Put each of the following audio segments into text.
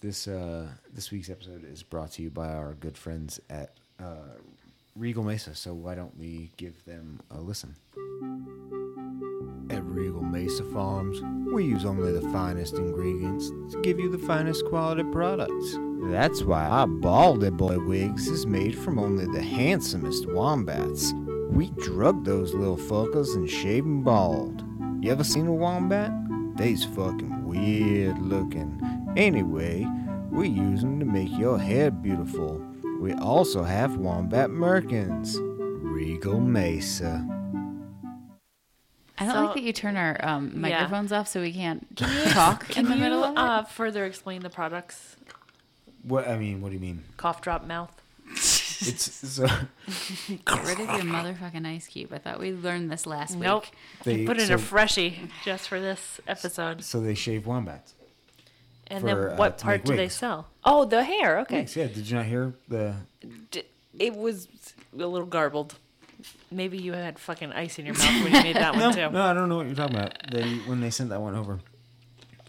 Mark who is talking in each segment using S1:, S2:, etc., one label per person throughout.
S1: This uh, this week's episode is brought to you by our good friends at uh, Regal Mesa. So why don't we give them a listen? At Regal Mesa Farms, we use only the finest ingredients to give you the finest quality products. That's why our Baldy Boy wigs is made from only the handsomest wombats. We drug those little fuckers and shave 'em bald. You ever seen a wombat? They's fucking weird looking. Anyway, we use 'em to make your hair beautiful. We also have wombat merkins. Regal Mesa.
S2: I don't
S3: So-
S2: like that you turn our um,
S3: Yeah.
S2: microphones off so we can't talk
S3: Can
S2: in the
S3: you
S2: middle of it.
S3: uh, further explain the products?
S1: What I mean, what do you mean?
S3: Cough drop mouth.
S1: It's so
S2: Get rid of your motherfucking ice cube. I thought we learned this last
S3: Nope.
S2: week.
S1: They-
S3: Put in
S1: so-
S3: a freshie just for this episode.
S1: so they shave wombats.
S3: And
S1: for, uh,
S3: then what
S1: to
S3: part
S1: make
S3: do they
S1: wigs.
S3: sell? Oh, the hair. Okay.
S1: Thanks. Yeah, did you not hear the
S3: D- It was a little garbled. Maybe you had fucking ice in your mouth when you made that one too.
S1: No, I don't know what you're talking about. They when they sent that one over.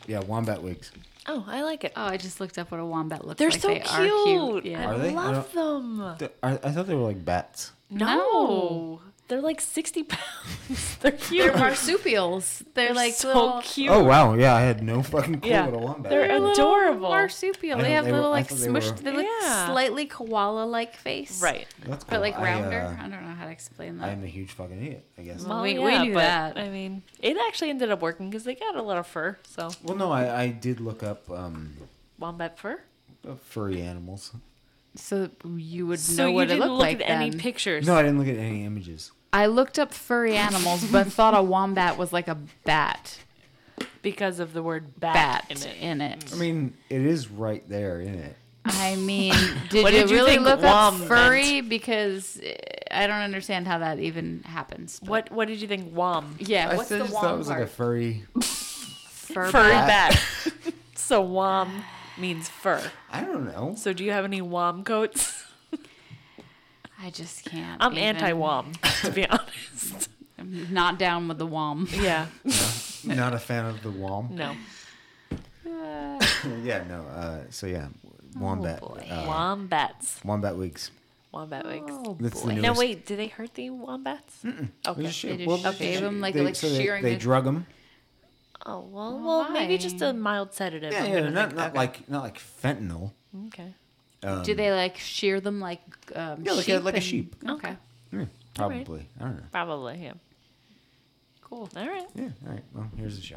S1: Yeah, wombat wigs.
S3: Oh, I like it.
S2: Oh, I just looked up what a wombat looks
S3: They're
S2: like.
S3: so
S2: They
S3: cute.
S2: are cute.
S3: I
S2: Yeah.
S1: Are they? I
S3: love them.
S1: Th- I, I thought they were like bats.
S3: No.
S2: No.
S3: They're like 60 pounds. They're cute.
S2: They're marsupials. They're, like
S3: so
S2: little,
S3: cute.
S1: Oh wow, yeah, I had no fucking clue
S3: Yeah.
S1: what a wombat.
S3: They're
S1: was.
S2: little
S3: adorable.
S2: marsupial.
S1: I
S2: They
S1: thought
S2: have
S1: they
S2: little
S1: were- I
S2: like
S1: thought they
S2: smushed.
S1: were-
S2: They look
S3: Yeah.
S2: slightly koala-like face.
S3: Right.
S1: That's cool.
S2: But like
S1: I,
S2: rounder. I,
S1: uh,
S2: don't know how to explain that.
S1: I'm a huge fucking idiot, I guess.
S2: Well, we- we knew
S3: but,
S2: that.
S3: I mean, it actually ended up working because they got a lot of fur. So
S1: Well, no, I, I did look up um,
S3: wombat fur.
S1: uh, furry animals.
S2: so you would
S3: So
S2: know
S3: you
S2: what
S3: didn't
S2: it looked
S3: look
S2: like
S3: at
S2: then.
S3: any pictures.
S1: No, I didn't look at any images.
S2: I looked up furry animals, but thought a wombat was like a bat.
S3: because of the word bat,
S2: Bat
S3: in it. Mm.
S2: in it.
S1: I mean, it is right there, isn't it?
S2: I mean, did,
S3: What
S2: you,
S3: did you
S2: really
S3: think
S2: look up
S3: wom meant?
S2: furry? Because uh, I don't understand how that even happens. but-
S3: What What did you think? Wom
S2: Yeah, what's
S1: I
S2: the
S1: just thought it
S2: wom
S1: was
S2: part?
S1: like a furry.
S2: fur
S3: furry
S2: bat.
S3: bat. so wom means fur.
S1: I don't know.
S3: So do you have any wom coats?
S2: I just can't.
S3: I'm
S2: even-
S3: anti wom to be honest.
S2: I'm not down with the wom.
S3: Yeah.
S1: Not a fan of the wom.
S3: No.
S1: yeah, no. Uh, so yeah,
S2: Oh,
S1: wombat. uh,
S3: Wombats.
S1: wombat wigs.
S3: Wombat wigs.
S2: Oh,
S1: That's the
S3: Now
S1: newest.
S3: wait, do they hurt the wombats?
S1: They
S3: Okay.
S1: just
S2: They
S1: shave-
S2: just
S1: well, they
S2: shave
S1: just-
S2: 'em like-
S1: they,
S2: like
S1: so they,
S2: shearing
S1: They
S2: the-
S1: drug them.
S3: Oh well, well maybe just a mild sedative.
S1: Yeah,
S3: I'm
S1: yeah,
S3: gonna
S1: not
S3: think.
S1: not like not like fentanyl.
S3: Okay.
S2: Do they like shear them like um,
S1: Um, Yeah, like a-
S2: sheep
S1: like a
S2: and-
S1: sheep.
S2: Okay,
S1: Yeah, probably. I don't know.
S3: Probably, yeah. Cool. All right.
S1: Yeah. All right. Well, here's the show.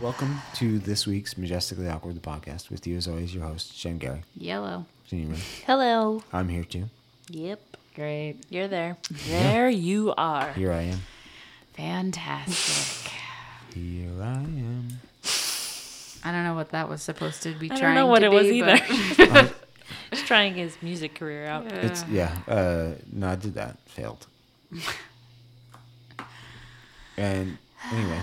S1: Welcome to this week's Majestically Awkward the podcast with you as always your host Shem Gary.
S2: yellow.
S1: Genuinely.
S3: Hello.
S1: I'm here too.
S3: Yep.
S2: Great,
S3: You're there. There you are.
S1: Here I am.
S2: fantastic.
S1: Here I am.
S2: I don't know what that was supposed to be.
S3: I don't
S2: trying
S3: know what
S2: to
S3: it was
S2: be,
S3: either.
S2: but-
S3: He's trying his music career out.
S1: It's yeah. Uh, no, I did that. Failed. and anyway,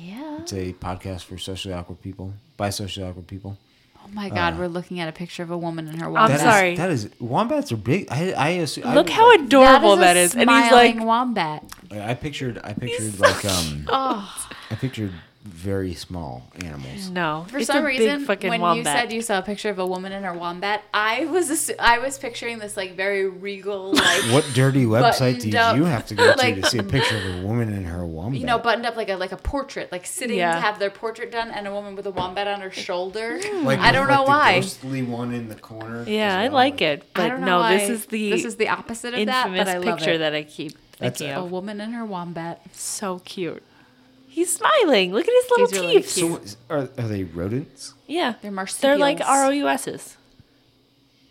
S2: yeah.
S1: it's a podcast for socially awkward people by socially awkward people.
S2: Oh my God,
S1: Uh.
S2: we're looking at a picture of a woman in her
S3: I'm
S2: wombat.
S1: That is-
S3: sorry.
S1: that is wombats are big. I I assume,
S3: Look how adorable that
S2: a
S3: is. And he's
S2: smiling
S3: like,
S2: wombat.
S1: I pictured. I pictured like um. I pictured very small animals.
S3: no.
S2: For
S3: it's
S2: some
S3: a
S2: reason,
S3: big fucking
S2: when
S3: wombat.
S2: you said you saw a picture of a woman in her wombat, I was assu- I was picturing this like very regal, like
S1: What dirty website do
S2: Buttoned up,
S1: you have to go to
S2: like-
S1: to see a picture of a woman in her wombat?
S2: you know, buttoned up like a like a portrait, like sitting to
S3: Yeah.
S2: have their portrait done, and a woman with a wombat on her shoulder.
S3: Hmm.
S1: like,
S2: I don't
S1: like
S2: know
S1: the
S2: why.
S1: ghostly one in the corner. as
S3: yeah, I
S1: well,
S3: like it. But
S2: I don't know
S3: no,
S2: why.
S3: this is the
S2: this is the opposite of that,
S3: infamous
S2: but I love
S3: picture
S2: it.
S3: that I keep
S1: That's
S3: thinking
S1: a-
S2: a
S3: of.
S2: woman in her wombat.
S3: So cute. He's smiling. Look at his little
S2: He's
S3: teeth.
S2: really cute.
S1: So are, are they rodents?
S3: Yeah.
S2: They're
S3: They're like
S2: marsupials.
S3: ROUSs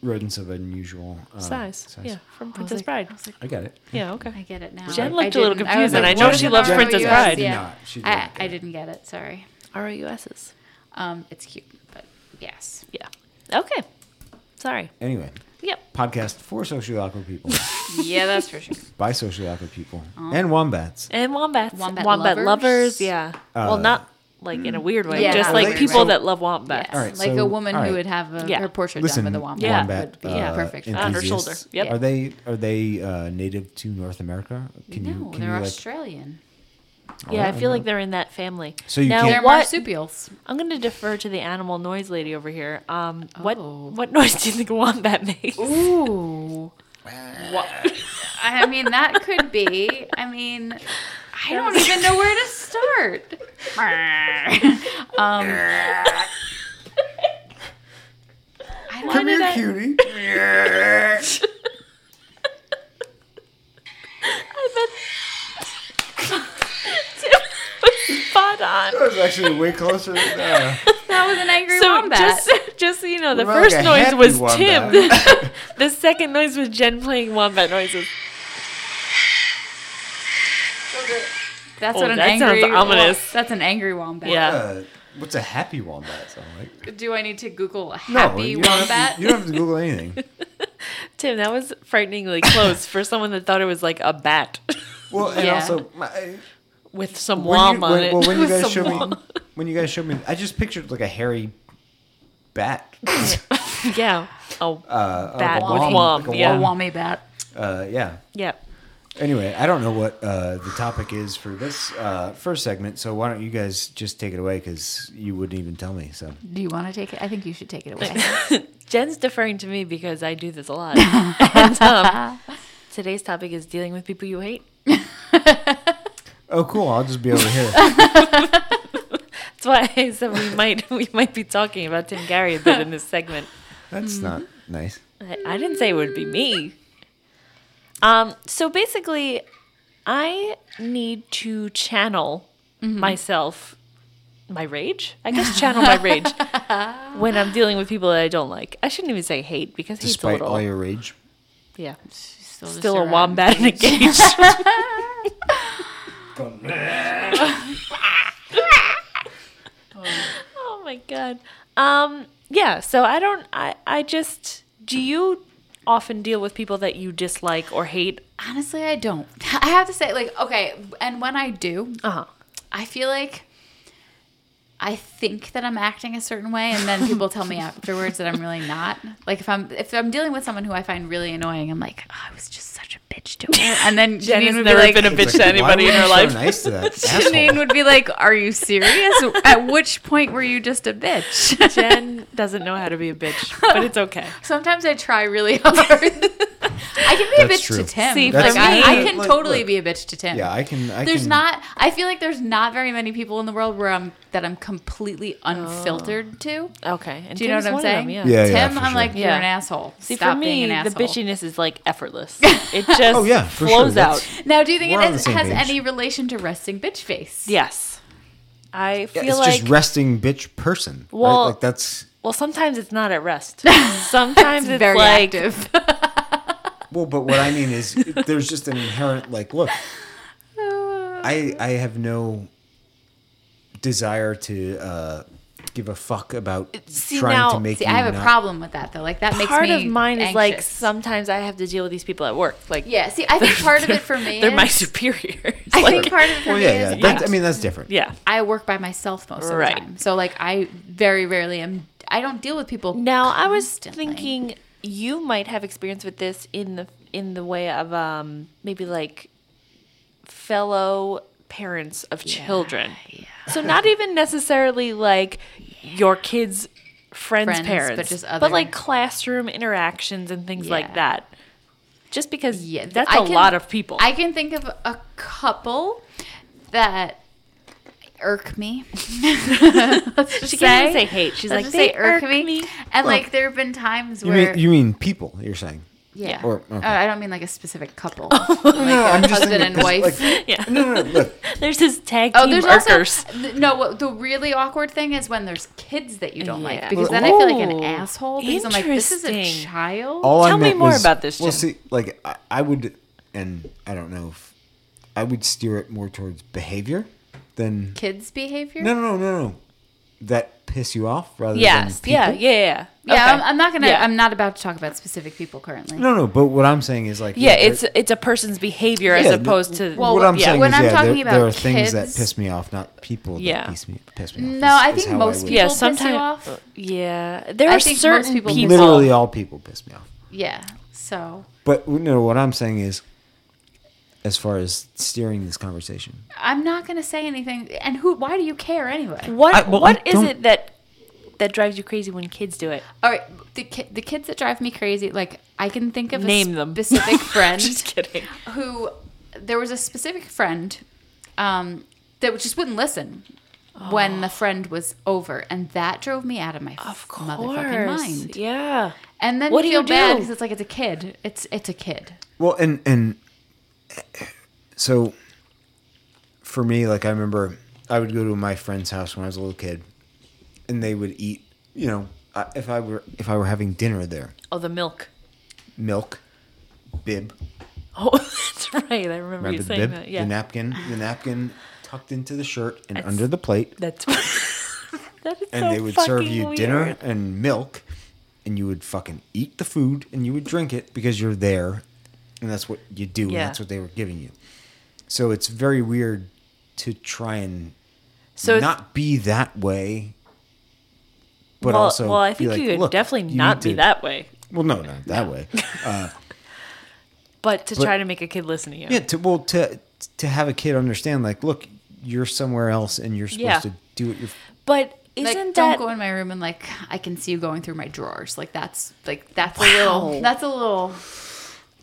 S1: rodents of unusual uh,
S3: size. Yeah, from Princess
S2: like-
S3: Bride.
S2: I was like,
S1: I got it.
S3: Yeah, okay.
S2: I get it now.
S3: Jen
S2: I-
S3: looked a little
S2: didn't- was
S3: confused, and
S2: like,
S3: I know
S2: what
S3: she
S2: is
S3: loves
S2: an
S3: Princess
S2: ROUS?
S3: Bride.
S2: Yeah.
S1: No, she didn't
S2: I,
S1: get
S2: I
S1: it.
S2: didn't get it. Sorry.
S3: ROUSs.
S2: Um, it's cute, but yes.
S3: Yeah. Okay. Sorry.
S1: Anyway,
S3: Yep.
S1: podcast for socially awkward people,
S2: yeah, that's for sure.
S1: by socially awkward people, and wombats.
S3: And wombats.
S2: Wombat
S3: Wombat lovers.
S2: lovers?
S1: Uh,
S3: Yeah. well, not like in a weird way,
S2: Yeah.
S3: just
S2: Well,
S3: like
S2: they-
S3: people
S1: so-
S3: that love wombats.
S1: All right,
S2: like
S1: so-
S2: a woman
S1: all right.
S2: who would have a,
S3: Yeah.
S2: her portrait
S1: Listen,
S2: done with a wombat.
S3: Yeah.
S1: wombat,
S2: would be
S1: uh,
S2: perfect.
S3: On her shoulder.
S1: enthusiasts.
S3: Yep.
S1: Are they are they uh, native to North America? Can
S2: no,
S1: you can
S2: they're
S1: you like
S2: Australian.
S3: Yeah, I
S1: Alright,
S3: feel
S1: I'm
S3: like they're in that family.
S1: So you
S3: now,
S1: can't-
S2: They're
S3: what?
S2: marsupials.
S3: I'm going to defer to the animal noise lady over here. Um, what
S2: Oh.
S3: what noise do you think a wombat makes?
S2: Ooh. I mean, that could be. I mean, I don't even know where to start. um, I don't
S1: Come
S2: know
S1: here,
S2: that-
S1: cutie.
S3: I bet spot on.
S1: That was actually way closer. Than, uh,
S2: That was an angry
S3: So
S2: wombat.
S3: just, just so you know, the
S1: We're like
S3: first
S1: a
S3: noise
S1: happy
S3: was
S1: wombat.
S3: Tim. the second noise was Jen playing wombat noises.
S2: that's
S3: Oh,
S2: what an
S3: that sounds
S2: angry.
S3: ominous.
S2: That's an angry wombat.
S3: Yeah.
S1: uh, what's a happy wombat sound like?
S2: Do I need to Google a
S1: No,
S2: happy
S1: you, don't have
S2: wombat?
S1: to, you don't have to Google anything.
S3: Tim, that was frighteningly close for someone that thought it was like a bat
S1: Well, and
S2: Yeah.
S1: also, my,
S3: with some
S1: when
S3: wom
S1: you,
S3: on
S1: when,
S3: it.
S1: well, when you
S3: With
S1: guys
S3: some
S1: showed
S3: wom.
S1: me, when you guys showed me, I just pictured like a hairy bat.
S3: yeah, oh,
S1: Uh,
S3: Bat
S1: like a
S2: with
S1: wom-
S3: wom,
S1: like a
S3: yeah.
S2: A
S1: wom.
S2: wommy bat.
S1: Uh, yeah.
S3: yeah.
S1: Anyway, I don't know what uh, the topic is for this uh, first segment, so why don't you guys just take it away because you wouldn't even tell me. So
S2: Do you want to take it? I think you should take it away.
S3: Jen's deferring to me because I do this a lot. and, um, today's topic is dealing with people you hate.
S1: oh, cool! I'll just be over here.
S3: That's why I said we might we might be talking about Tim Gary a bit in this segment.
S1: That's not nice.
S3: I, I didn't say it would be me. Um, so basically, I need to channel myself, my rage. I guess channel my rage when I'm dealing with people that I don't like. I shouldn't even say hate because hate's a
S1: Despite
S3: little,
S1: all your rage,
S3: yeah,
S2: Still, just
S3: still a
S2: around.
S3: wombat in a cage. oh my god. Um, yeah. So I don't. I I just. Do you often deal with people that you dislike or hate?
S2: Honestly, I don't. I have to say, like, okay, and when I do,
S3: Uh huh.
S2: I feel like I think that I'm acting a certain way, and then people tell me afterwards that I'm really not. Like if I'm if I'm dealing with someone who I find really annoying, I'm like, oh, I was just such a bitch to her. And then
S3: Jen
S2: Janine
S3: has
S2: would be
S3: never
S2: like,
S3: been a bitch to anybody in her life.
S1: So nice to that
S2: Janine
S1: asshole.
S2: would be like, are you serious? At which point were you just a bitch?
S3: Jen doesn't know how to be a bitch, but it's okay.
S2: Sometimes I try really hard. I can be a
S1: That's
S2: bitch
S1: true.
S2: to Tim.
S3: See,
S2: like
S3: for
S2: I,
S3: me-
S2: I can
S1: Look,
S2: totally
S1: look.
S2: be a bitch to Tim.
S1: Yeah, I can. I
S2: there's
S1: can,
S2: not i feel like there's not very many people in the world where i'm that i'm completely
S3: Oh.
S2: unfiltered to
S3: Okay. And
S2: do you know what
S3: Tim's
S2: i'm
S3: one of them,
S2: saying
S1: Yeah.
S2: tim
S1: for
S2: i'm
S1: sure.
S2: like you're
S3: Yeah.
S2: an asshole
S3: See,
S2: stop
S3: for me,
S2: being an
S3: the
S2: asshole
S3: bitchiness is like effortless. It just
S1: Oh, yeah, for sure,
S3: flows
S1: that's-
S3: out.
S2: now do you think
S1: We're
S2: it
S1: on the
S2: has,
S1: same
S2: has
S1: page.
S2: any relation to resting bitch face
S3: Yes. I
S1: Yeah,
S3: feel
S1: it's
S3: like
S1: just resting bitch person. right?
S3: Well-
S1: like that's
S3: well, sometimes it's not at rest. Sometimes it's,
S2: very
S3: like
S2: active
S1: well. But what I mean is, there's just an inherent like, look,
S2: Uh.
S1: I I have no desire to uh, give a fuck about
S3: See,
S1: trying
S3: now-
S1: to make.
S2: Uh, see
S1: you
S2: i have a
S1: not-
S2: problem with that though like that makes
S3: part
S2: me
S3: of mine is like
S2: anxious.
S3: sometimes I have to deal with these people at work. Like
S2: yeah see i think part of it for me
S3: they're my
S2: is-
S3: superiors.
S2: i
S3: Like,
S2: think part of it for
S1: Well,
S2: me
S1: yeah, yeah.
S2: is
S1: That's, I mean, that's different.
S3: yeah.
S2: i work by myself most of
S3: Right.
S2: the time so like i very rarely am i don't deal with people
S3: Now I was
S2: Constantly.
S3: thinking you might have experience with this in the in the way of um maybe like fellow parents of children. So not even necessarily like your kids friends,
S2: Friends, but
S3: parents
S2: just
S3: but like
S2: other-
S3: classroom interactions and things
S2: Yeah.
S3: like that. Just because
S2: Yeah,
S3: that's
S2: I
S3: a
S2: can-
S3: lot of people.
S2: I can think of a couple that irk me. Let's just
S3: she can't even say hate. She's
S2: Let's
S3: like
S2: just
S3: they
S2: say irk me. And like there have been times
S1: You
S2: where
S1: mean you mean people? You're saying.
S2: yeah.
S1: or- okay.
S2: Uh, I don't mean like a specific couple. like
S1: No,
S2: a
S1: I'm just
S2: husband
S1: thinking,
S2: and
S1: 'cause,
S2: wife.
S1: Like,
S3: Yeah.
S1: no, no, no. Look,
S3: There's this tag team
S2: Oh, there's
S3: irkers.
S2: also th- no. what- The really awkward thing is when there's kids that you don't like
S3: Yeah.
S2: because then I feel like an
S3: Oh,
S2: asshole because I'm like this is a
S3: interesting.
S2: child.
S1: all I
S3: Tell me
S1: meant
S3: more
S1: was-
S3: about this,
S1: Well,
S3: Jen.
S1: see, like I, I would, and I don't know if I would steer it more towards behavior than
S2: kids behavior.
S1: no, no, no, no, no. that piss you off rather
S3: Yes.
S1: than
S3: Yeah.
S1: people?
S3: Yeah. Yeah.
S2: Yeah,
S3: Okay.
S2: I'm, I'm not gonna.
S3: Yeah.
S2: I'm not about to talk about specific people currently.
S1: No, no, but what I'm saying is like
S3: yeah,
S1: there-
S3: it's it's a person's behavior
S1: Yeah,
S3: as
S1: the-
S3: opposed to
S2: Well,
S1: what I'm
S3: yeah.
S1: saying
S2: when
S1: is
S2: I'm
S1: yeah,
S2: talking
S1: there,
S2: about
S1: there are things that
S2: kids-
S1: piss me off, not people that
S3: Yeah.
S1: piss me piss me off.
S2: No, I
S1: is- is
S2: think
S1: how
S2: most
S1: would-
S2: people-
S3: yeah.
S2: piss you
S3: Sometimes
S2: off?
S3: yeah, there
S2: I
S3: are
S2: think most
S3: certain
S2: people-
S3: people.
S1: literally all people piss me off.
S2: Yeah. So
S1: But you know what I'm saying is, as far as steering this conversation,
S2: I'm not gonna say anything. And who? Why do you care anyway?
S3: What
S1: I- well,
S3: what
S1: I
S3: is
S1: don't-
S3: it that that drives you crazy when kids do it?
S2: All right. The ki- the kids that drive me crazy. Like I can think of
S3: Name
S2: a
S3: them.
S2: specific friend.
S3: Just kidding.
S2: who there was a specific friend um, that just wouldn't listen when the friend was over, and that drove me out of my
S3: Oh. Of
S2: motherfucking
S3: course.
S2: mind.
S3: Yeah.
S2: And then
S3: What
S2: you
S3: do
S2: feel
S3: you
S2: bad
S3: do?
S2: because it's like it's a kid. It's it's a kid.
S1: Well, and and so for me, like I remember, I would go to my friend's house when I was a little kid, and they would eat. You know, I- if I were if I were having dinner there,
S3: Oh, the milk.
S1: milk, bib,
S3: Oh, that's right. I remember
S1: right,
S3: you
S1: the
S3: saying
S1: bib,
S3: that. Yeah.
S1: the napkin, the napkin tucked into the shirt and
S3: That's-
S1: under the plate,
S3: that's that is
S1: and
S3: so
S1: they would serve
S3: fucking
S1: you
S3: weird.
S1: dinner and milk, and you would fucking eat the food and you would drink it because you're there, and that's what you do,
S3: Yeah.
S1: and that's what they were giving you. So it's very weird to try and
S3: So it's-
S1: not be that way. But
S3: well,
S1: also,
S3: well, I
S1: be
S3: think
S1: like,
S3: you could
S1: "Look,
S3: definitely
S1: you
S3: not
S1: need
S3: be
S1: to-"
S3: that way.
S1: Well, no, not that way. Uh,
S3: But to
S1: But-
S3: try to make a kid listen to you.
S1: yeah, to, well, to to have a kid understand, like, look, you're somewhere else, and you're supposed
S3: Yeah.
S1: to do what you're.
S3: But
S2: Like don't
S3: isn't that
S2: go in my room and like I can see you going through my drawers. Like that's like that's a little
S3: Wow.
S2: that's a little.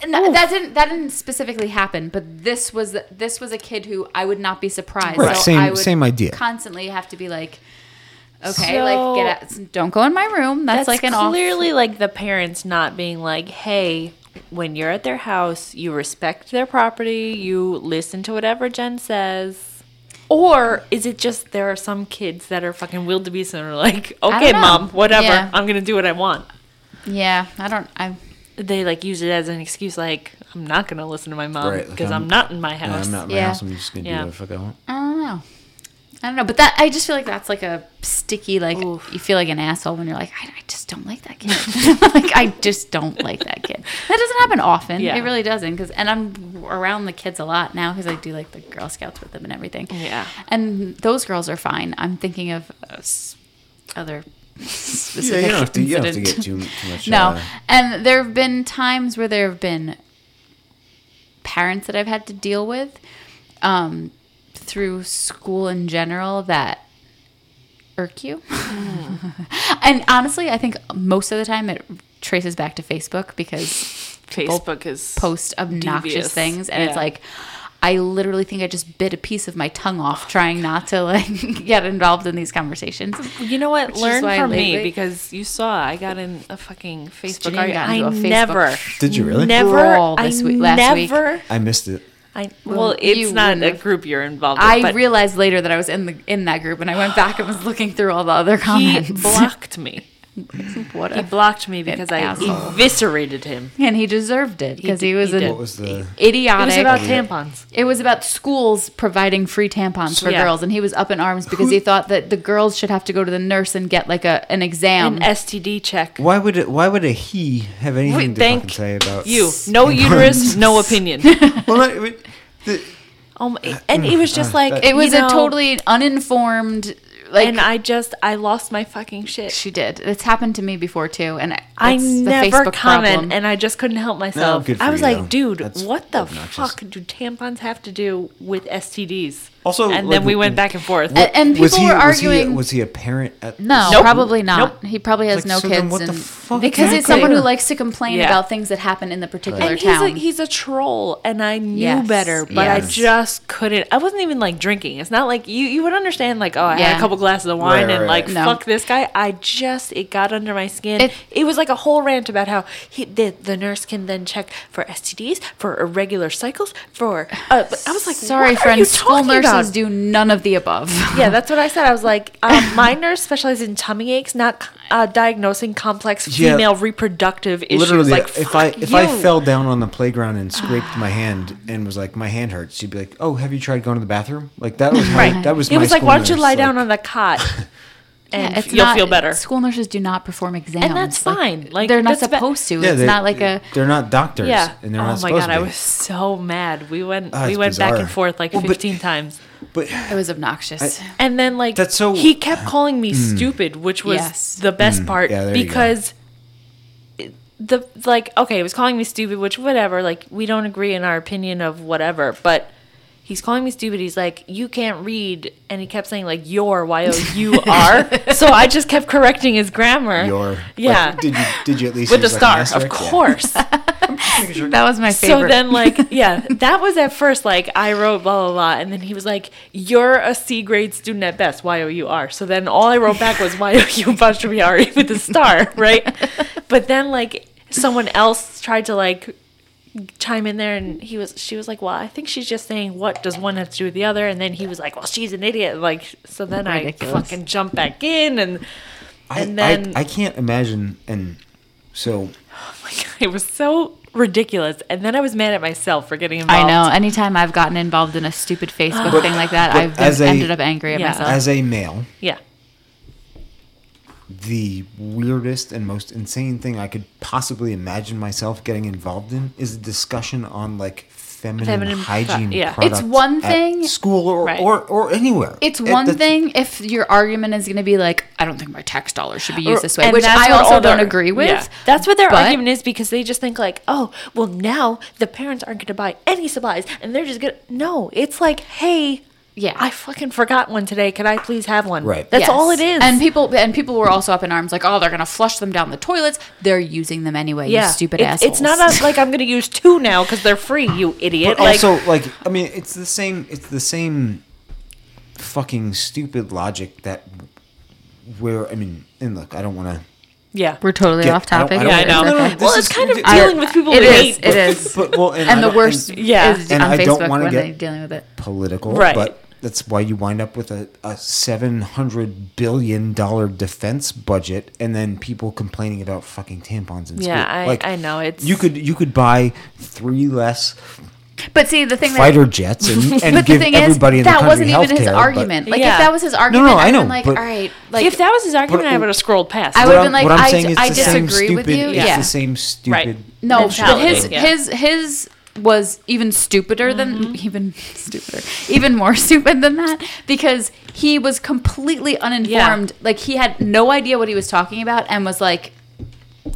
S2: And that, that didn't that didn't specifically happen, but this was this was a kid who I would not be surprised.
S1: Right,
S2: So
S1: same-
S2: I would
S1: same idea.
S2: Constantly have to be like, okay,
S3: So-
S2: like get out, don't go in my room. That's,
S3: that's
S2: like an off-
S3: clearly like the parents not being like, "Hey, when you're at their house, you respect their property, you listen to whatever Jen says." Or is it just there are some kids that are fucking willed to be and are like,
S2: don't
S3: "Okay,
S2: know.
S3: mom, whatever.
S2: Yeah.
S3: I'm going to do what I want."
S2: Yeah, I don't. I
S3: They like use it as an excuse like, "I'm not going to listen to my mom
S1: Right, like,
S3: because I'm,
S1: Um, I'm-
S3: not in my
S1: "No,
S3: house."
S1: I'm not in my
S2: Yeah.
S1: house. I'm just gonna
S3: Yeah.
S1: do whatever the fuck I want.
S2: I don't know. I don't know, but that I just feel like that's like a sticky. Like
S3: Oof.
S2: you feel like an asshole when you're like, I, I just don't like that kid. like I just don't like that kid. That doesn't happen often.
S3: Yeah.
S2: It really doesn't. Because and I'm around the kids a lot now because I do like the Girl Scouts with them and everything.
S3: Yeah.
S2: and those girls are fine. I'm thinking of uh, s- other.
S1: Yeah,
S2: specific
S1: you don't have to, you don't have to
S2: incident.
S1: get too, too much.
S2: No.
S1: uh,
S2: And there have been times where there have been parents that I've had to deal with um, through school in general that irk you.
S3: Mm.
S2: and honestly, I think most of the time it traces back to Facebook because
S3: Facebook is
S2: post obnoxious
S3: Devious.
S2: things. And it's
S3: Yeah.
S2: like, I literally think I just bit a piece of my tongue off trying not to like get involved in these conversations.
S3: You know what?
S2: Which is
S3: Learn
S2: why
S3: from me
S2: lately-
S3: because you saw I got in a fucking Facebook
S2: Janine
S3: argument.
S2: got into
S3: I
S2: a Facebook
S3: never.
S1: Did you really?
S3: Never.
S2: Brawl
S3: I
S2: this week- last week.
S3: never.
S1: I missed it.
S3: I, well,
S2: Well, you
S3: it's not a
S2: wouldn't have.
S3: group you're involved. With,
S2: I
S3: but
S2: realized later that I was in the in that group, and I went back and was looking through all the other
S3: he
S2: comments.
S3: blocked me.
S2: what
S3: He
S2: a-
S3: blocked me because I
S2: asshole.
S3: eviscerated him.
S2: and he deserved it because
S3: did-
S2: he, was
S3: he
S2: an
S3: did.
S1: What was the?
S2: idiotic.
S3: It was about tampons.
S2: schools providing free tampons for
S3: Yeah.
S2: girls, and he was up in arms because he thought that the girls should have to go to the nurse and get like a an exam.
S3: An STD check.
S1: Why would it, why would a he have anything
S3: Wait,
S1: to
S3: thank
S1: fucking say about
S3: You. No uterus. no opinion.
S1: Well, not, wait, the,
S3: Oh my, and it was just like
S2: it was
S3: you know,
S2: a totally uninformed. Like
S3: And I just I lost my fucking shit.
S2: she did. It's happened to me before too, and it's
S3: I
S2: the
S3: never
S2: Facebook
S3: comment,
S2: problem.
S3: and I just couldn't help myself.
S1: good for
S3: I was
S1: you,
S3: like,
S1: though.
S3: dude,
S1: That's
S3: what the
S1: obnoxious.
S3: fuck do tampons have to do with STDs?
S1: Also,
S3: and
S1: like,
S3: then we
S1: w-
S3: went back and forth.
S2: And- and people
S1: was he,
S2: were
S1: was he-
S2: arguing.
S1: Was he, a parent at?
S2: No,
S3: Nope.
S2: probably not.
S3: Nope.
S2: He probably has
S1: Like,
S2: no
S1: so
S2: kids.
S1: then what the
S2: and-
S1: fuck
S2: because he's
S1: exactly?
S2: someone who likes to complain
S3: Yeah.
S2: about things that happen in the particular
S3: and he's
S2: town.
S3: a, he's a troll, and I knew
S2: Yes,
S3: better, but I
S2: yes.
S3: just couldn't. I wasn't even like drinking. It's not like you you would understand like oh I had
S2: Yeah.
S3: a couple glasses of wine
S1: Right,
S3: and
S1: right,
S3: like
S1: right.
S2: No.
S3: fuck this guy. I just it got under my skin.
S2: It-
S3: It, was like a whole rant about how he the, the nurse can then check for STDs for irregular cycles for. Uh, but I was like
S2: Sorry,
S3: what are you
S2: friends. School
S3: talking
S2: nurses
S3: about?
S2: do none of the above.
S3: Yeah, that's what I said. I was like, um, my nurse specializes in tummy aches, not uh, diagnosing complex
S1: Yeah.
S3: female reproductive issues.
S1: Literally,
S3: like,
S1: if I
S3: fuck
S1: if I
S3: you.
S1: fell down on the playground and scraped my hand and was like my hand hurts, she'd be like, "Oh, have you tried going to the bathroom?" Like that was my,
S3: right,
S1: that was
S3: It
S1: my
S3: was like,
S1: school
S3: why don't you
S1: nurse,
S3: lie down on the cot? and
S2: Yeah, it's
S3: you'll
S2: not-
S3: feel better.
S2: School nurses do not perform exams,
S3: And that's
S2: Like,
S3: fine. Like
S2: they're not
S3: that's ba-
S2: supposed to.
S1: Yeah,
S2: it's
S1: they-
S2: not like a
S1: They're not doctors.
S3: Yeah.
S1: And they're
S3: oh
S1: not
S3: my
S1: supposed
S3: god,
S1: to be.
S3: I was so mad. We went
S1: Ah,
S3: we
S1: it's
S3: went back
S1: bizarre.
S3: and forth like
S1: Well, but-
S3: 15 times.
S1: But
S2: it was obnoxious.
S3: And then like
S1: That's so- Mm.
S3: he kept calling me stupid, which was
S2: Yes.
S3: the best part
S1: Yeah, there you go.
S3: because it- the like okay, he was calling me stupid, which whatever, like we don't agree in our opinion of whatever, but he's calling me stupid. He's like, "You can't read." And he kept saying like "your" y o u r. So I just kept correcting his grammar.
S1: your
S3: Yeah.
S1: like, did you did you at least
S3: with a
S1: use, like,
S3: star,
S1: an
S3: of
S1: asterisk? Yeah.
S3: course.
S2: that was my favorite.
S3: So then, like, yeah, that was at first, like, I wrote blah, blah, blah. And then he was like, You're a C grade student at best, Y O U R. So then all I wrote back was Y O U apostrophe R E with a star, right? But then, like, someone else tried to, like, chime in there and he was she was like well i think she's just saying what does one have to do with the other and then he was like well she's an idiot like so then i
S2: Ridiculous.
S3: fucking jumped back in and
S1: I,
S3: and then-
S1: I, I can't imagine and so
S3: it was so ridiculous and then i was mad at myself for getting involved
S2: I know. Anytime I've gotten involved in a stupid Facebook thing like that,
S1: but
S2: I've
S1: as
S2: been,
S1: a-
S2: ended up angry at
S3: Yeah.
S2: myself.
S1: as a male,
S3: yeah
S1: the weirdest and most insane thing I could possibly imagine myself getting involved in is a discussion on like feminine,
S3: Feminine pro-
S1: hygiene.
S3: yeah. It's
S1: products
S2: one
S1: at
S2: thing-
S1: school or,
S3: Right.
S1: or, or anywhere.
S2: it's
S1: It-
S2: one
S1: that's-
S2: thing if your argument is going to be like, I don't think my tax dollars should be used this way,
S3: And
S2: which
S3: that's
S2: I
S3: what all
S2: also don't
S3: their-
S2: agree with.
S3: yeah. That's what their
S2: but-
S3: argument is because they just think like, oh, well now the parents aren't going to buy any supplies, and they're just gonna. No, it's like, hey,
S2: Yeah.
S3: I fucking forgot one today. Can I please have one?
S1: Right.
S2: Yes.
S3: That's all it is.
S2: And people and people were also up in arms like, oh, they're going to flush them down the toilets. They're using them anyway. You stupid
S3: it's,
S2: assholes.
S3: It's not a, like I'm going to use two now because they're free. You idiot.
S1: But
S3: like,
S1: also, like, I mean, it's the same. It's the same fucking stupid logic that where I mean, and look, I don't want to.
S3: yeah.
S2: We're totally off topic.
S1: I don't,
S3: Yeah, I know.
S1: No, no, no,
S2: Okay.
S1: this
S3: well, it's
S1: is-
S3: kind of
S1: thi-
S2: I-
S3: dealing with people
S2: It
S3: we
S2: is,
S3: hate.
S2: it is.
S1: But well, and, I
S2: And the
S1: don't-
S2: worst
S3: Yeah.
S2: is
S1: And
S2: on
S1: I don't
S2: Facebook
S1: wanna
S2: when
S1: get-
S2: they're dealing with it.
S1: political,
S3: Right.
S1: But that's why you wind up with a, a seven hundred billion dollar defense budget, and then people complaining about fucking tampons in
S3: Yeah,
S1: school.
S3: I- I know, it's-
S1: you could you could buy three less
S2: But see, the thing that
S1: fighter jets and, and
S2: but the
S1: give
S2: thing is,
S1: everybody in the
S2: that
S1: country
S2: wasn't even
S1: healthcare,
S2: his
S1: but-
S2: argument. Like,
S3: Yeah.
S2: if that was his argument,
S1: no, I
S2: I'd
S1: know,
S2: been like, all
S1: but-
S2: right, like
S3: if that was his argument, I
S1: it-
S3: would have scrolled past.
S2: I
S3: it.
S2: would- would've
S1: What
S2: been like,
S1: what I'm
S2: I-
S1: saying is
S2: I
S1: the same
S2: disagree with
S1: stupid,
S2: you.
S1: It's
S2: Yeah.
S1: the same stupid.
S3: Right.
S2: No, but
S3: mentality.
S2: his
S3: Yeah.
S2: his his was even stupider than
S3: Mm-hmm.
S2: even stupider, even more stupid than that because he was completely uninformed. Like he had no idea what he was talking about and was like,
S3: Yeah.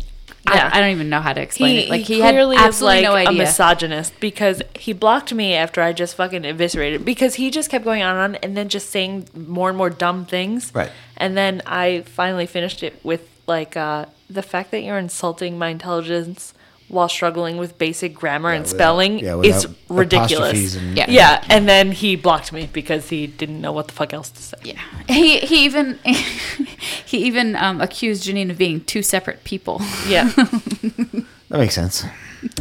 S2: I, I don't even know how to explain
S3: He,
S2: it. Like he, had
S3: clearly is
S2: absolutely
S3: like
S2: no
S3: a
S2: idea.
S3: misogynist because he blocked me after I just fucking eviscerated because he just kept going on and on and then just saying more and more dumb things.
S1: Right.
S3: And then I finally finished it with like uh, the fact that you're insulting my intelligence while struggling with basic grammar and
S1: without-
S3: spelling
S1: yeah,
S3: is
S1: without
S3: ridiculous.
S1: apostrophes and-
S2: Yeah.
S3: yeah. And then he blocked me because he didn't know what the fuck else to say.
S2: yeah, he he even he even um, accused Janine of being two separate people.
S3: Yeah.
S1: That makes sense.